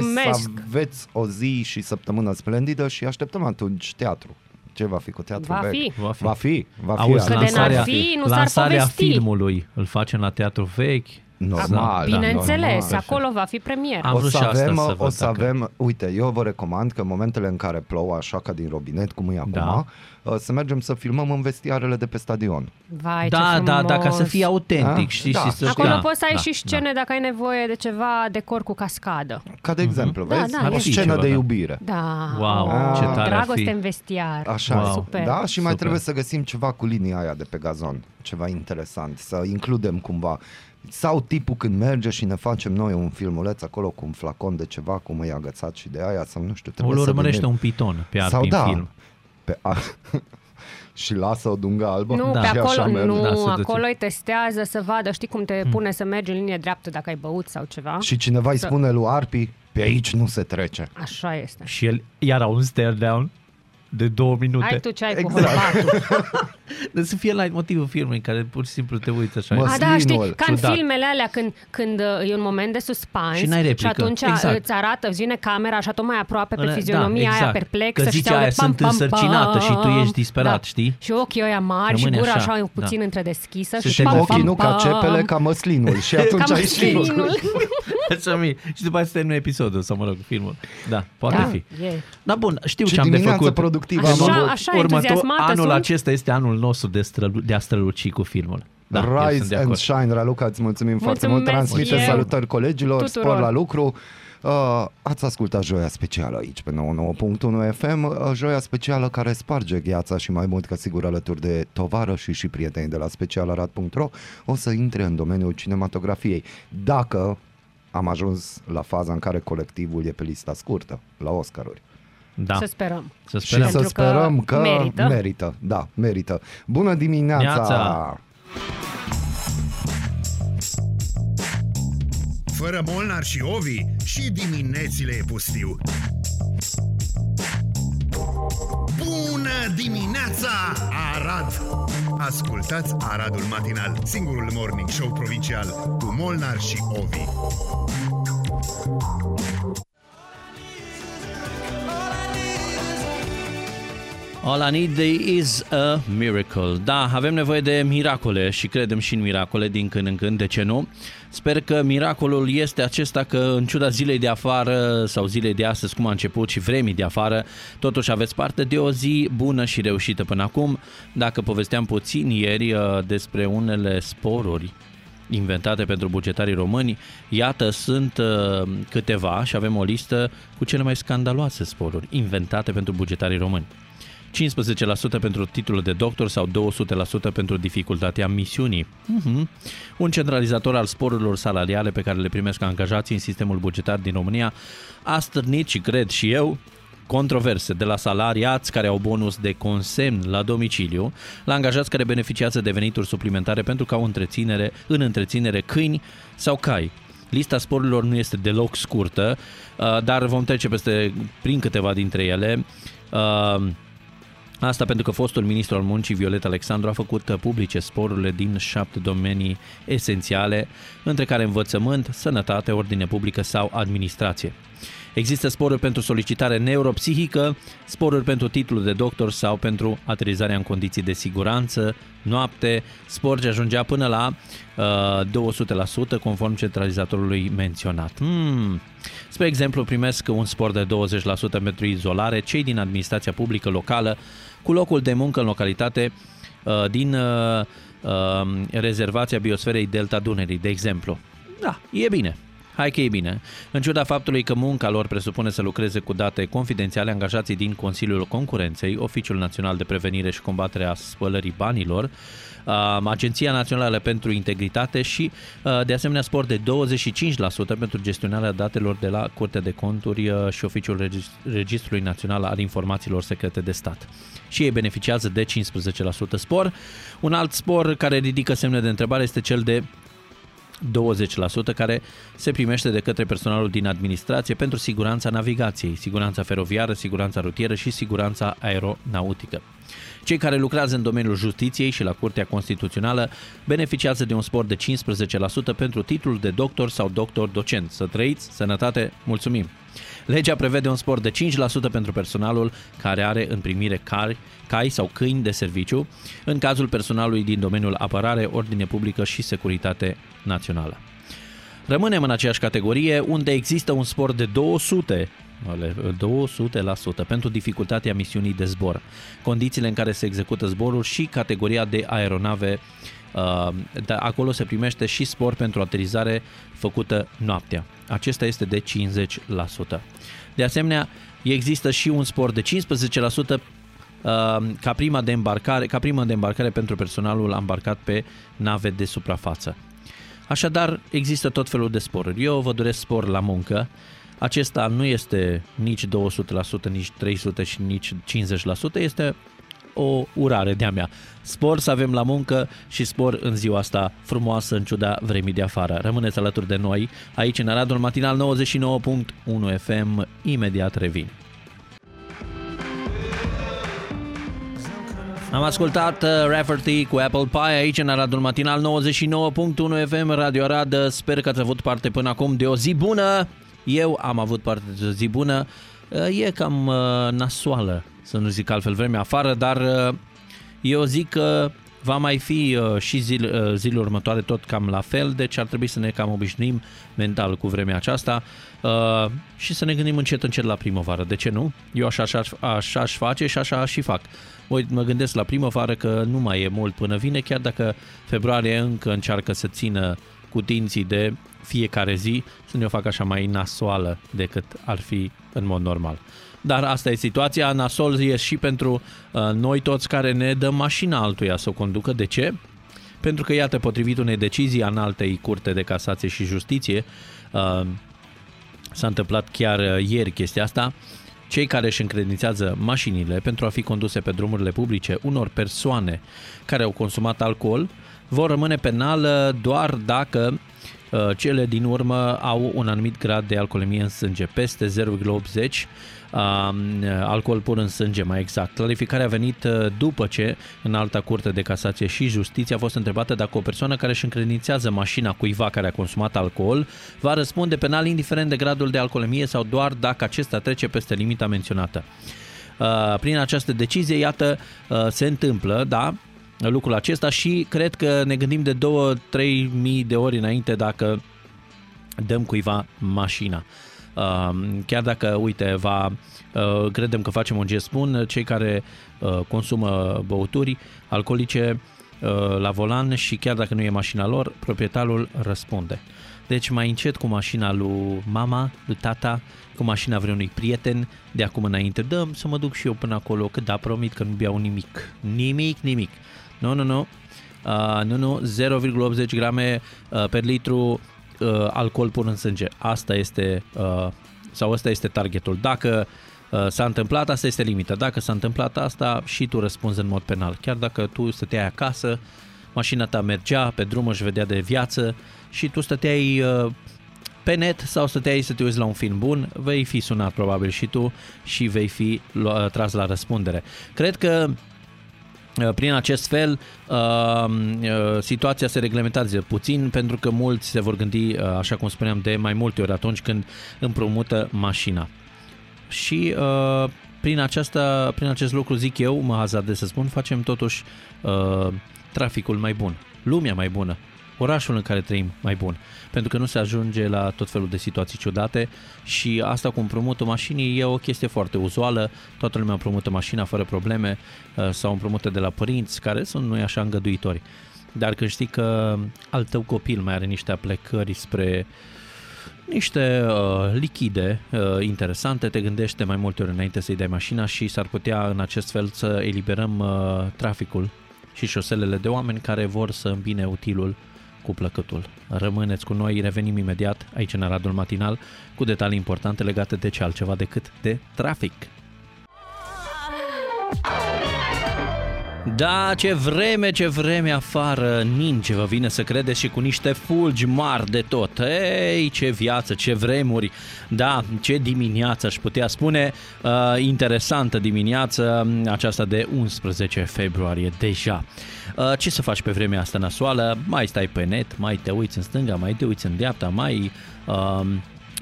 Și eu de noi. Să mulțumesc. aveți o zi și săptămână splendidă și așteptăm atunci teatru. Ce va fi cu teatru? Va vechi? fi. Va fi. Va fi. Va fi. Auzi, Că de n-ar lansarea, fi, nu s-ar lansarea povesti. filmului îl facem la teatru vechi. Normal. Da, Bineînțeles, normal. acolo va fi premieră. Am o vrut să și asta avem, să o văd să dacă- avem, uite, eu vă recomand că în momentele în care plouă așa ca din robinet, cum e acum, Da. uh, să mergem să filmăm în vestiarele de pe stadion. Vai, ce da, da, da, ca să frumos. fie autentic, Da? știi? Da. Și să, Acolo da, poți să ai da, și scene dacă ai nevoie de ceva decor cu cascadă. Ca de exemplu, Da, vezi? da, o e. scenă Mhm. Ceva, de da. iubire. Da. Wow, oh, ce tare ar Dragoste fi. în vestiar. Așa, Wow. Super. da, și mai Super. trebuie să găsim ceva cu linia aia de pe gazon, ceva interesant, să includem cumva. Sau tipul când merge și ne facem noi un filmuleț acolo cu un flacon de ceva, cum e agățat și de aia, sau nu da. știu, trebuie Îl să urmărește gândim. un piton pe sau Arpi da, în film. Pe a... și lasă o dungă albă Nu, da. pe și așa acolo, merge. nu, Da, Hmm. să duce. acolo îi testează să vadă, știi cum te pune să mergi în linie dreaptă dacă ai băut sau ceva. Și cineva îi spune lui Arpi, Pe aici nu se trece. Așa este. Și el, iar un stare down de două minute. Ai tu ce ai exact. cu holbatul. Deci să fie light motivul filmului în care pur și simplu te uiți așa. Mă, Mă, A, da, știi, Slinul. ca în Ciudat. filmele alea când, când uh, e un moment de suspans Și n-ai replică. atunci uh, Exact. îți arată, îți vine camera așa tot mai aproape pe Da, fizionomia exact. aia perplexă Că și zice se aude aia, pam, sunt pam, însărcinată pam. și tu ești disperat, da. știi? Și ochii ăia mari Rămâne și gura așa, așa, așa da. puțin întredeschisă Să și te pam, vezi. pam, Ochii nu ca pam. cepele, ca măslinul. Și atunci Cam ai și slinul. Așa mi Și după aceea se termină episodul sau, mă rog, filmul. Da, poate Da, fi. e. Da, bun, știu Ce ce, am de dimineață făcut. productivă am Așa- avut. Următor- așa următor- entuziasmată Anul sunt. acesta este anul nostru de, strălu- de a străluci cu filmul. Da, eu sunt de Rise and acord. Shine, Raluca, îți mulțumim foarte mult. Mulțumesc Transmite eu. salutări colegilor, Tuturor. spor la lucru. Uh, ați ascultat Joia Specială aici pe 99.1 FM, uh, Joia Specială care sparge gheața și mai mult ca sigur alături de tovară și și prieteni de la specialarat.ro o să intre în domeniul cinematografiei. Dacă am ajuns la faza în care colectivul e pe lista scurtă, la Oscaruri. Da, Să sperăm. să Și sperăm. să Pentru că sperăm că, merită. merită. Da, merită. Bună dimineața! Neața! Fără Molnar și Ovi și diminețile e pustiu. Bună dimineața, Arad! Ascultați Aradul Matinal, singurul morning show provincial cu Molnar și Ovi. All I need is a miracle. Da, avem nevoie de miracole și credem și în miracole din când în când, de ce nu? Sper că miracolul este acesta că în ciuda zilei de afară sau zilei de astăzi, cum a început și vremii de afară, totuși aveți parte de o zi bună și reușită până acum. Dacă povesteam puțin ieri uh, despre unele sporuri inventate pentru bugetarii români, iată sunt uh, câteva și avem o listă cu cele mai scandaloase sporuri inventate pentru bugetarii români. 15% pentru titlul de doctor sau 200% pentru dificultatea misiunii. Mhm. Un centralizator al sporurilor salariale pe care le primesc angajații în sistemul bugetar din România a stârnit și cred și eu controverse de la salariați care au bonus de consemn la domiciliu, la angajați care beneficiază de venituri suplimentare pentru că au întreținere, în întreținere câini sau cai. Lista sporurilor nu este deloc scurtă, uh, dar vom trece peste prin câteva dintre ele. Uh, Asta pentru că fostul ministru al muncii Violet Alexandru a făcut uh, publice sporurile din șapte domenii esențiale, între care învățământ, sănătate, ordine publică sau administrație. Există sporuri pentru solicitare neuropsihică, sporuri pentru titlul de doctor sau pentru aterizarea în condiții de siguranță, noapte, spor ce ajungea până la uh, 200% conform centralizatorului menționat. Hmm. Spre exemplu, primesc un spor de 20% pentru izolare cei din administrația publică locală cu locul de muncă în localitate uh, din uh, uh, rezervația biosferei Delta Dunării, de exemplu. Da, e bine. Hai că e bine. În ciuda faptului că munca lor presupune să lucreze cu date confidențiale, angajații din Consiliul Concurenței, Oficiul Național de Prevenire și Combatere a Spălării Banilor, um, Agenția Națională pentru Integritate și, uh, de asemenea, spor de 25% pentru gestionarea datelor de la Curtea de Conturi uh, și Oficiul Regis- Registrului Național al Informațiilor Secrete de Stat. Și ei beneficiază de 15% spor. Un alt spor care ridică semne de întrebare este cel de 20% care se primește de către personalul din administrație pentru siguranța navigației, siguranța feroviară, siguranța rutieră și siguranța aeronautică. Cei care lucrează în domeniul justiției și la Curtea Constituțională beneficiază de un spor de 15% pentru titlul de doctor sau doctor-docent. Să trăiți, sănătate, mulțumim! Legea prevede un spor de 5% pentru personalul care are în primire cari, cai sau câini de serviciu, în cazul personalului din domeniul apărare, ordine publică și securitate națională. Rămânem în aceeași categorie unde există un spor de 200 ale- 200% pentru dificultatea misiunii de zbor, condițiile în care se execută zborul și categoria de aeronave. uh, Dar acolo se primește și spor pentru aterizare făcută noaptea. Acesta este de 50%. De asemenea, există și un spor de 15% uh, ca prima de embarcare, ca prima de embarcare pentru personalul ambarcat pe nave de suprafață. Așadar, există tot felul de sporuri. Eu vă doresc spor la muncă. Acesta nu este nici 200%, nici 300% și nici 50%, este o urare de-a mea. Spor să avem la muncă și spor în ziua asta frumoasă în ciuda vremii de afară. Rămâneți alături de noi aici în Aradul Matinal 99.1 FM. Imediat revin. Am ascultat uh, Rafferty cu Apple Pie aici în Aradul Matinal 99.1 FM Radio Arad. Sper că ați avut parte până acum de o zi bună. Eu am avut parte de o zi bună. Uh, E cam uh, nasoală, să nu zic altfel, vremea afară, dar uh, eu zic că va mai fi uh, și zil, uh, zilul următoare tot cam la fel, deci ar trebui să ne cam obișnuim mental cu vremea aceasta uh, și să ne gândim încet încet la primăvară. De ce nu? Eu așa așa, așa aș face și așa și fac. Mă, mă gândesc la primăvară că nu mai e mult până vine, chiar dacă februarie încă încearcă să țină cu dinții de fiecare zi, să ne o facă așa mai nasoală decât ar fi în mod normal. Dar asta e situația, nasol e și pentru uh, noi toți care ne dăm mașina altuia să o conducă. De ce? Pentru că, iată, potrivit unei decizii în altei curte de casație și justiție, uh, s-a întâmplat chiar uh, ieri chestia asta, cei care își încredințează mașinile pentru a fi conduse pe drumurile publice unor persoane care au consumat alcool vor rămâne penală doar dacă uh, cele din urmă au un anumit grad de alcoolemie în sânge, peste 0,80, um, alcool pur în sânge mai exact. Clarificarea a venit uh, după ce în alta curte de casație și justiție a fost întrebată dacă o persoană care își încredințează mașina cuiva care a consumat alcool va răspunde penal indiferent de gradul de alcoolemie sau doar dacă acesta trece peste limita menționată. Uh, Prin această decizie, iată, uh, se întâmplă, da, lucrul acesta și cred că ne gândim de 2-3 mii de ori înainte dacă dăm cuiva mașina. Um, Chiar dacă, uite, va, uh, credem că facem un gest bun, cei care uh, consumă băuturi alcoolice uh, la volan și chiar dacă nu e mașina lor, proprietarul răspunde. Deci mai încet cu mașina lui mama, lui tata, cu mașina vreunui prieten, de acum înainte dăm să mă duc și eu până acolo, că da, promit că nu beau nimic. Nimic, nimic. Nu, nu, nu. Uh, nu, nu, 0,80 grame uh, per litru uh, alcool pur în sânge. Asta este, uh, sau asta este targetul. Dacă uh, s-a întâmplat, asta este limita. Dacă s-a întâmplat asta, și tu răspunzi în mod penal. Chiar dacă tu stăteai acasă, mașina ta mergea pe drum, își vedea de viață și tu stăteai uh, pe net sau stăteai să te uiți la un film bun, vei fi sunat probabil și tu și vei fi lua- tras la răspundere. Cred că prin acest fel, uh, uh, situația se reglementează puțin pentru că mulți se vor gândi, uh, așa cum spuneam, de mai multe ori atunci când împrumută mașina. Și uh, prin, aceasta, prin acest lucru, zic eu, mă hazardez să spun, facem totuși uh, traficul mai bun, lumea mai bună, orașul în care trăim mai bun. Pentru că nu se ajunge la tot felul de situații ciudate și asta cu împrumutul mașinii e o chestie foarte uzuală. Toată lumea împrumută mașina fără probleme uh, sau împrumută de la părinți care sunt nu așa îngăduitori. Dar când știi că al tău copil mai are niște aplecări spre niște uh, lichide uh, interesante, te gândește mai multe ori înainte să-i dai mașina și s-ar putea în acest fel să eliberăm uh, traficul și șoselele de oameni care vor să îmbine utilul cu plăcătul. Rămâneți cu noi, revenim imediat aici în Aradul Matinal cu detalii importante legate de ce altceva decât de trafic. Da, ce vreme, ce vreme afară, ninge vă vine să credeți și cu niște fulgi mari de tot. Ei, ce viață, ce vremuri, da, ce dimineață aș putea spune, uh, interesantă dimineață mm, aceasta de 11 februarie deja. Uh, ce să faci pe vremea asta nasoală? Mai stai pe net, mai te uiți în stânga, mai te uiți în dreapta, mai... Uh,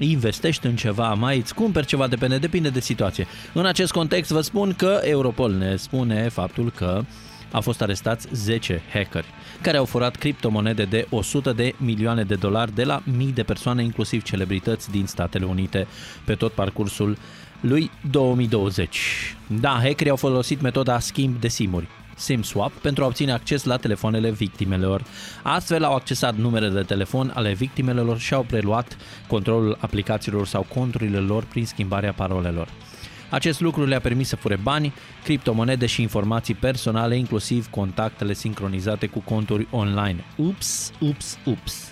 investești în ceva, mai îți cumperi ceva de pe net, depinde de situație. În acest context vă spun că Europol ne spune faptul că au fost arestați 10 hackeri care au furat criptomonede de 100 de milioane de dolari de la mii de persoane, inclusiv celebrități din Statele Unite, pe tot parcursul lui 2020. Da, hackerii au folosit metoda schimb de simuri. SimSwap pentru a obține acces la telefoanele victimelor. Astfel au accesat numerele de telefon ale victimelor și au preluat controlul aplicațiilor sau conturile lor prin schimbarea parolelor. Acest lucru le-a permis să fure bani, criptomonede și informații personale, inclusiv contactele sincronizate cu conturi online. Ups, ups, ups.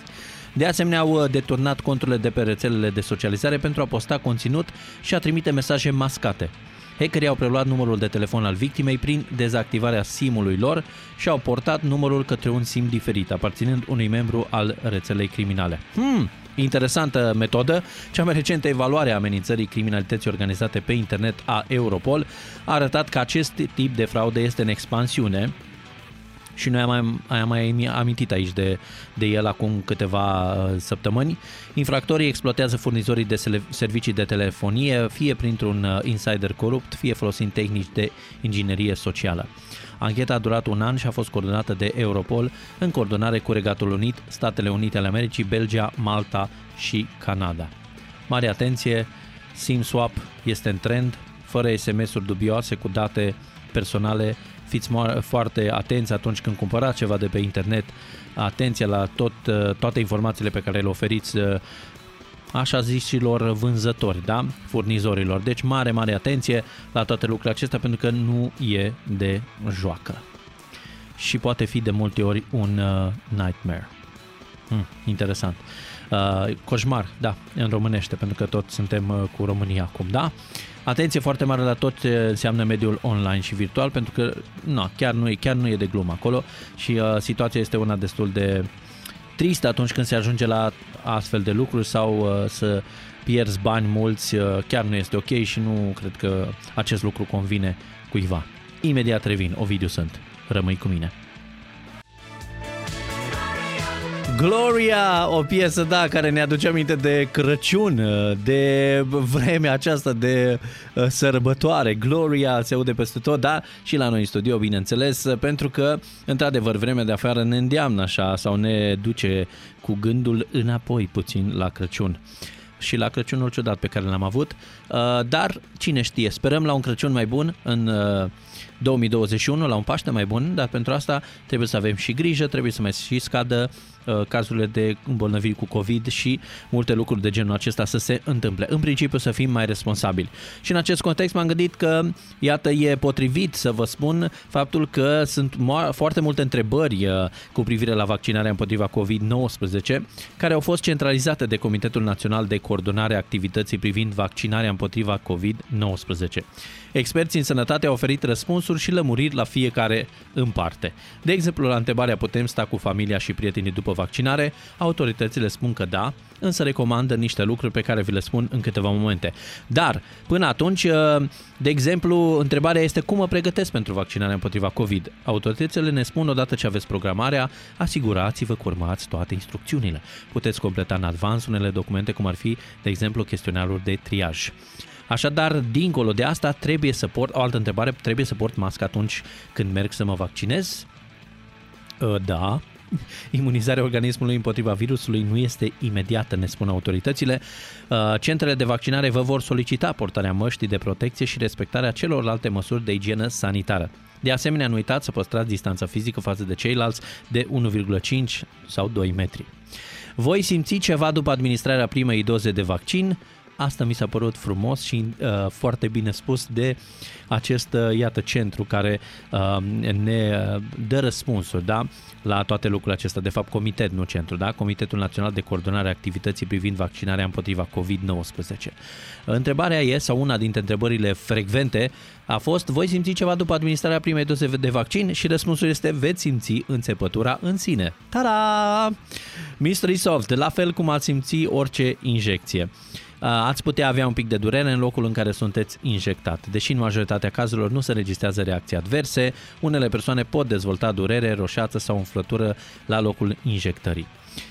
De asemenea, au uh, deturnat conturile de pe rețelele de socializare pentru a posta conținut și a trimite mesaje mascate. Hackerii au preluat numărul de telefon al victimei prin dezactivarea SIM-ului lor și au portat numărul către un SIM diferit, aparținând unui membru al rețelei criminale. Hmm, interesantă metodă. Cea mai recentă evaluare a amenințării criminalității organizate pe internet a Europol a arătat că acest tip de fraude este în expansiune, și noi am mai, am mai amintit aici de, de el acum câteva uh, săptămâni. Infractorii exploatează furnizorii de sele- servicii de telefonie, fie printr-un uh, insider corupt, fie folosind tehnici de inginerie socială. Ancheta a durat un an și a fost coordonată de Europol în coordonare cu Regatul Unit, Statele Unite ale Americii, Belgia, Malta și Canada. Mare atenție, SIM swap este în trend, fără SMS-uri dubioase cu date personale. Fiți mo- foarte atenți atunci când cumpărați ceva de pe internet. Atenție la tot, uh, toate informațiile pe care le oferiți uh, așa zișilor vânzători, da? furnizorilor. Deci mare, mare atenție la toate lucrurile acestea pentru că nu e de joacă. Și poate fi de multe ori un uh, nightmare. Hmm, interesant. Uh, coșmar, da, în românește, pentru că tot suntem uh, cu România acum, da? Atenție foarte mare la tot ce înseamnă mediul online și virtual, pentru că na, chiar, nu e, chiar nu e de glumă acolo și uh, situația este una destul de tristă atunci când se ajunge la astfel de lucruri sau uh, să pierzi bani mulți, uh, chiar nu este ok și nu cred că acest lucru convine cuiva. Imediat revin, Ovidiu sunt, rămâi cu mine. Gloria, o piesă, da, care ne aduce aminte de Crăciun, uh, de vremea aceasta de uh, sărbătoare. Gloria se aude peste tot, da, și la noi în studio, bineînțeles, uh, pentru că, într-adevăr, vremea de afară ne îndeamnă așa sau ne duce cu gândul înapoi puțin la Crăciun și la Crăciunul ciudat pe care l-am avut, Uh, dar cine știe, sperăm la un Crăciun mai bun în uh, 2021, la un Paște mai bun, dar pentru asta trebuie să avem și grijă, trebuie să mai și scadă uh, cazurile de îmbolnăviri cu COVID și multe lucruri de genul acesta să se întâmple. În principiu să fim mai responsabili. Și în acest context m-am gândit că, iată, e potrivit să vă spun faptul că sunt mo- foarte multe întrebări uh, cu privire la vaccinarea împotriva COVID-19, care au fost centralizate de Comitetul Național de Coordonare a Activității privind vaccinarea împotriva COVID-19. Experții în sănătate au oferit răspunsuri și lămuriri la fiecare în parte. De exemplu, la întrebarea putem sta cu familia și prietenii după vaccinare, autoritățile spun că da, însă recomandă niște lucruri pe care vi le spun în câteva momente. Dar, până atunci, uh, de exemplu, întrebarea este cum mă pregătesc pentru vaccinarea împotriva COVID. Autoritățile ne spun odată ce aveți programarea, asigurați-vă că urmați toate instrucțiunile. Puteți completa în advans unele documente, cum ar fi, de exemplu, chestionarul de triaj. Așadar, dincolo de asta, trebuie să port, o altă întrebare, trebuie să port mască atunci când merg să mă vaccinez? Uh, Da. Imunizarea organismului împotriva virusului nu este imediată, ne spun autoritățile. Uh, Centrele de vaccinare vă vor solicita portarea măștii de protecție și respectarea celorlalte măsuri de igienă sanitară. De asemenea, nu uitați să păstrați distanța fizică față de ceilalți de 1,5 sau 2 metri. Voi simți ceva după administrarea primei doze de vaccin? Asta mi s-a părut frumos și uh, foarte bine spus de acest, uh, iată, centru care uh, ne uh, dă răspunsuri, da, la toate lucrurile acestea. De fapt, comitet, nu centru, da? Comitetul Național de Coordonare a Activității privind vaccinarea împotriva COVID-19. Întrebarea e, sau una dintre întrebările frecvente, a fost, voi simți ceva după administrarea primei doze de vaccin? Și răspunsul este, veți simți înțepătura în sine. Tada! Mystery Soft, la fel cum ați simți orice injecție. Ați putea avea un pic de durere în locul în care sunteți injectat. Deși în majoritatea cazurilor nu se registrează reacții adverse, unele persoane pot dezvolta durere, roșață sau umflătură la locul injectării.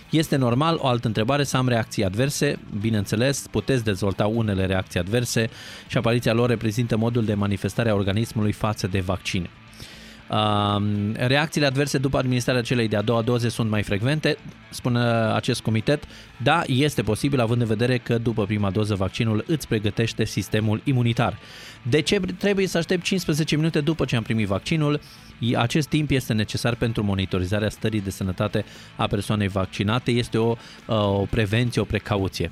Este normal, o altă întrebare, să am reacții adverse? Bineînțeles, puteți dezvolta unele reacții adverse și apariția lor reprezintă modul de manifestare a organismului față de vaccin. Um, Reacțiile adverse după administrarea celei de-a doua doze sunt mai frecvente, spune acest comitet. Da, este posibil, având în vedere că după prima doză vaccinul îți pregătește sistemul imunitar. De ce trebuie să aștept 15 minute după ce am primit vaccinul? I- Acest timp este necesar pentru monitorizarea stării de sănătate a persoanei vaccinate. Este o, uh, o prevenție, o precauție.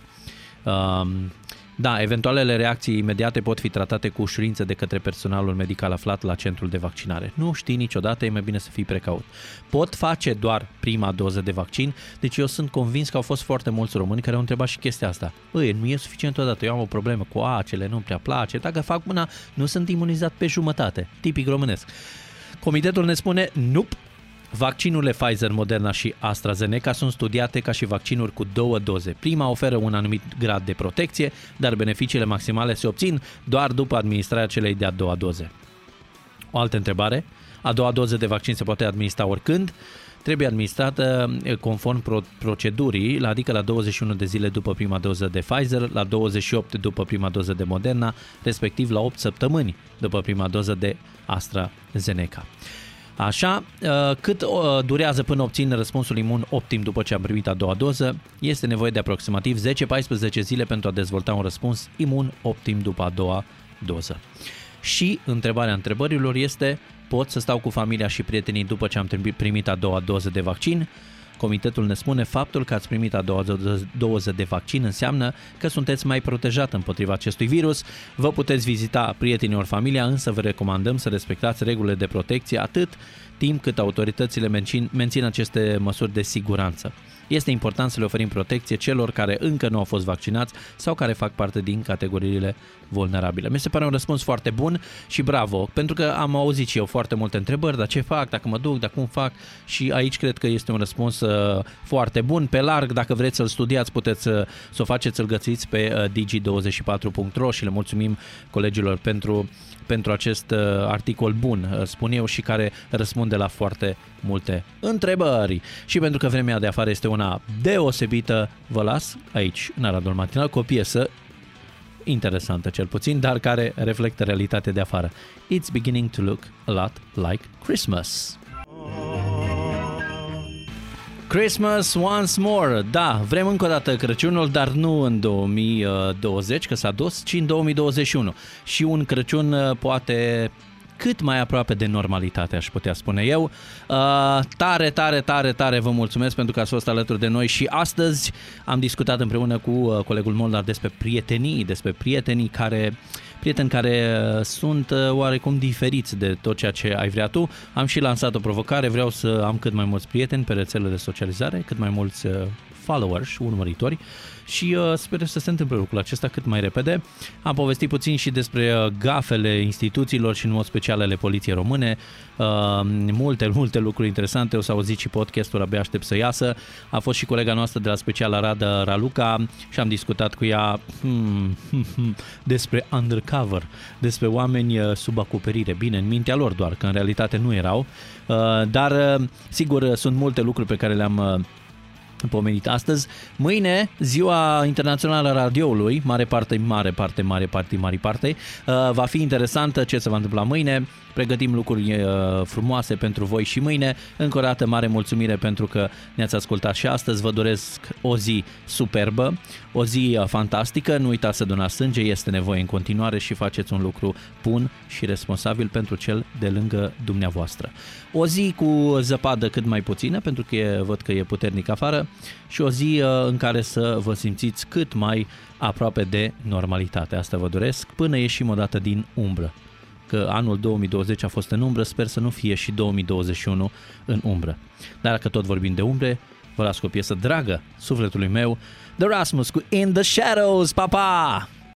Um, Da, eventualele reacții imediate pot fi tratate cu ușurință de către personalul medical aflat la centrul de vaccinare. Nu știi niciodată, e mai bine să fii precaut. Pot face doar prima doză de vaccin, deci eu sunt convins că au fost foarte mulți români care au întrebat și chestia asta. Băi, nu e suficient odată, eu am o problemă cu acele, nu-mi prea place, dacă fac una, nu sunt imunizat pe jumătate. Tipic românesc. Comitetul ne spune, nu, Vaccinurile Pfizer, Moderna și AstraZeneca sunt studiate ca și vaccinuri cu două doze. Prima oferă un anumit grad de protecție, dar beneficiile maximale se obțin doar după administrarea celei de-a doua doze. O altă întrebare. A doua doză de vaccin se poate administra oricând. Trebuie administrată conform pro- procedurii, adică la 21 de zile după prima doză de Pfizer, la 28 după prima doză de Moderna, respectiv la 8 săptămâni după prima doză de AstraZeneca. Așa, uh, cât durează până obțin răspunsul imun optim după ce am primit a doua doză, este nevoie de aproximativ 10-14 zile pentru a dezvolta un răspuns imun optim după a doua doză. Și întrebarea întrebărilor este, pot să stau cu familia și prietenii după ce am primit a doua doză de vaccin? Comitetul ne spune faptul că ați primit a doua doză de vaccin înseamnă că sunteți mai protejat împotriva acestui virus. Vă puteți vizita prietenii ori familia, însă vă recomandăm să respectați regulile de protecție atât timp cât autoritățile mențin, mențin aceste măsuri de siguranță. Este important să le oferim protecție celor care încă nu au fost vaccinați sau care fac parte din categoriile vulnerabile. Mi se pare un răspuns foarte bun și bravo, pentru că am auzit și eu foarte multe întrebări, dar ce fac, dacă mă duc, dacă cum fac și aici cred că este un răspuns uh, foarte bun, pe larg, dacă vreți să-l studiați, puteți uh, să o faceți, să-l găsiți pe uh, digi24.ro și le mulțumim colegilor pentru, pentru acest uh, articol bun, uh, spun eu, și care răspunde la foarte multe întrebări. Și pentru că vremea de afară este una deosebită, vă las aici, în Aradul Matinal, cu o piesă interesantă cel puțin, dar care reflectă realitatea de afară. It's beginning to look a lot like Christmas. Christmas once more. Da, vrem încă o dată Crăciunul, dar nu în 2020, că s-a dus, ci în 2021. Și un Crăciun uh, poate cât mai aproape de normalitate, aș putea spune eu. Uh, tare, tare, tare, tare vă mulțumesc pentru că ați fost alături de noi și astăzi am discutat împreună cu uh, colegul Molnar despre prietenii, despre prietenii care prieteni care uh, sunt oarecum diferiți de tot ceea ce ai vrea tu. Am și lansat o provocare, vreau să am cât mai mulți prieteni pe rețelele de socializare, cât mai mulți uh, followers, urmăritori și uh, sper să se întâmple lucrul acesta cât mai repede. Am povestit puțin și despre uh, gafele instituțiilor și în mod special ale poliției române. Uh, multe, multe lucruri interesante. O să auziți și podcastul, abia aștept să iasă. A fost și colega noastră de la special Arada Raluca și am discutat cu ea hmm, hmm, hmm, despre undercover, despre oameni uh, sub acoperire. Bine, în mintea lor doar, că în realitate nu erau. Uh, dar, sigur, uh, sunt multe lucruri pe care le-am uh, pomenit astăzi. Mâine, ziua internațională a radioului, mare parte, mare parte, mare parte, mare parte, uh, va fi interesantă ce se va întâmpla mâine. Pregătim lucruri uh, frumoase pentru voi și mâine. Încă o dată, mare mulțumire pentru că ne-ați ascultat și astăzi. Vă doresc o zi superbă, o zi uh, fantastică. Nu uitați să donați sânge, este nevoie în continuare și faceți un lucru bun și responsabil pentru cel de lângă dumneavoastră. O zi cu zăpadă cât mai puțină, pentru că e, văd că e puternic afară, și o zi uh, în care să vă simțiți cât mai aproape de normalitate. Asta vă doresc până ieșim o dată din umbră. Că anul 2020 a fost în umbră, sper să nu fie și 2021 în umbră. Dar dacă tot vorbim de umbre, vă las cu o piesă dragă sufletului meu, The Rasmus cu In The Shadows, papa! Pa!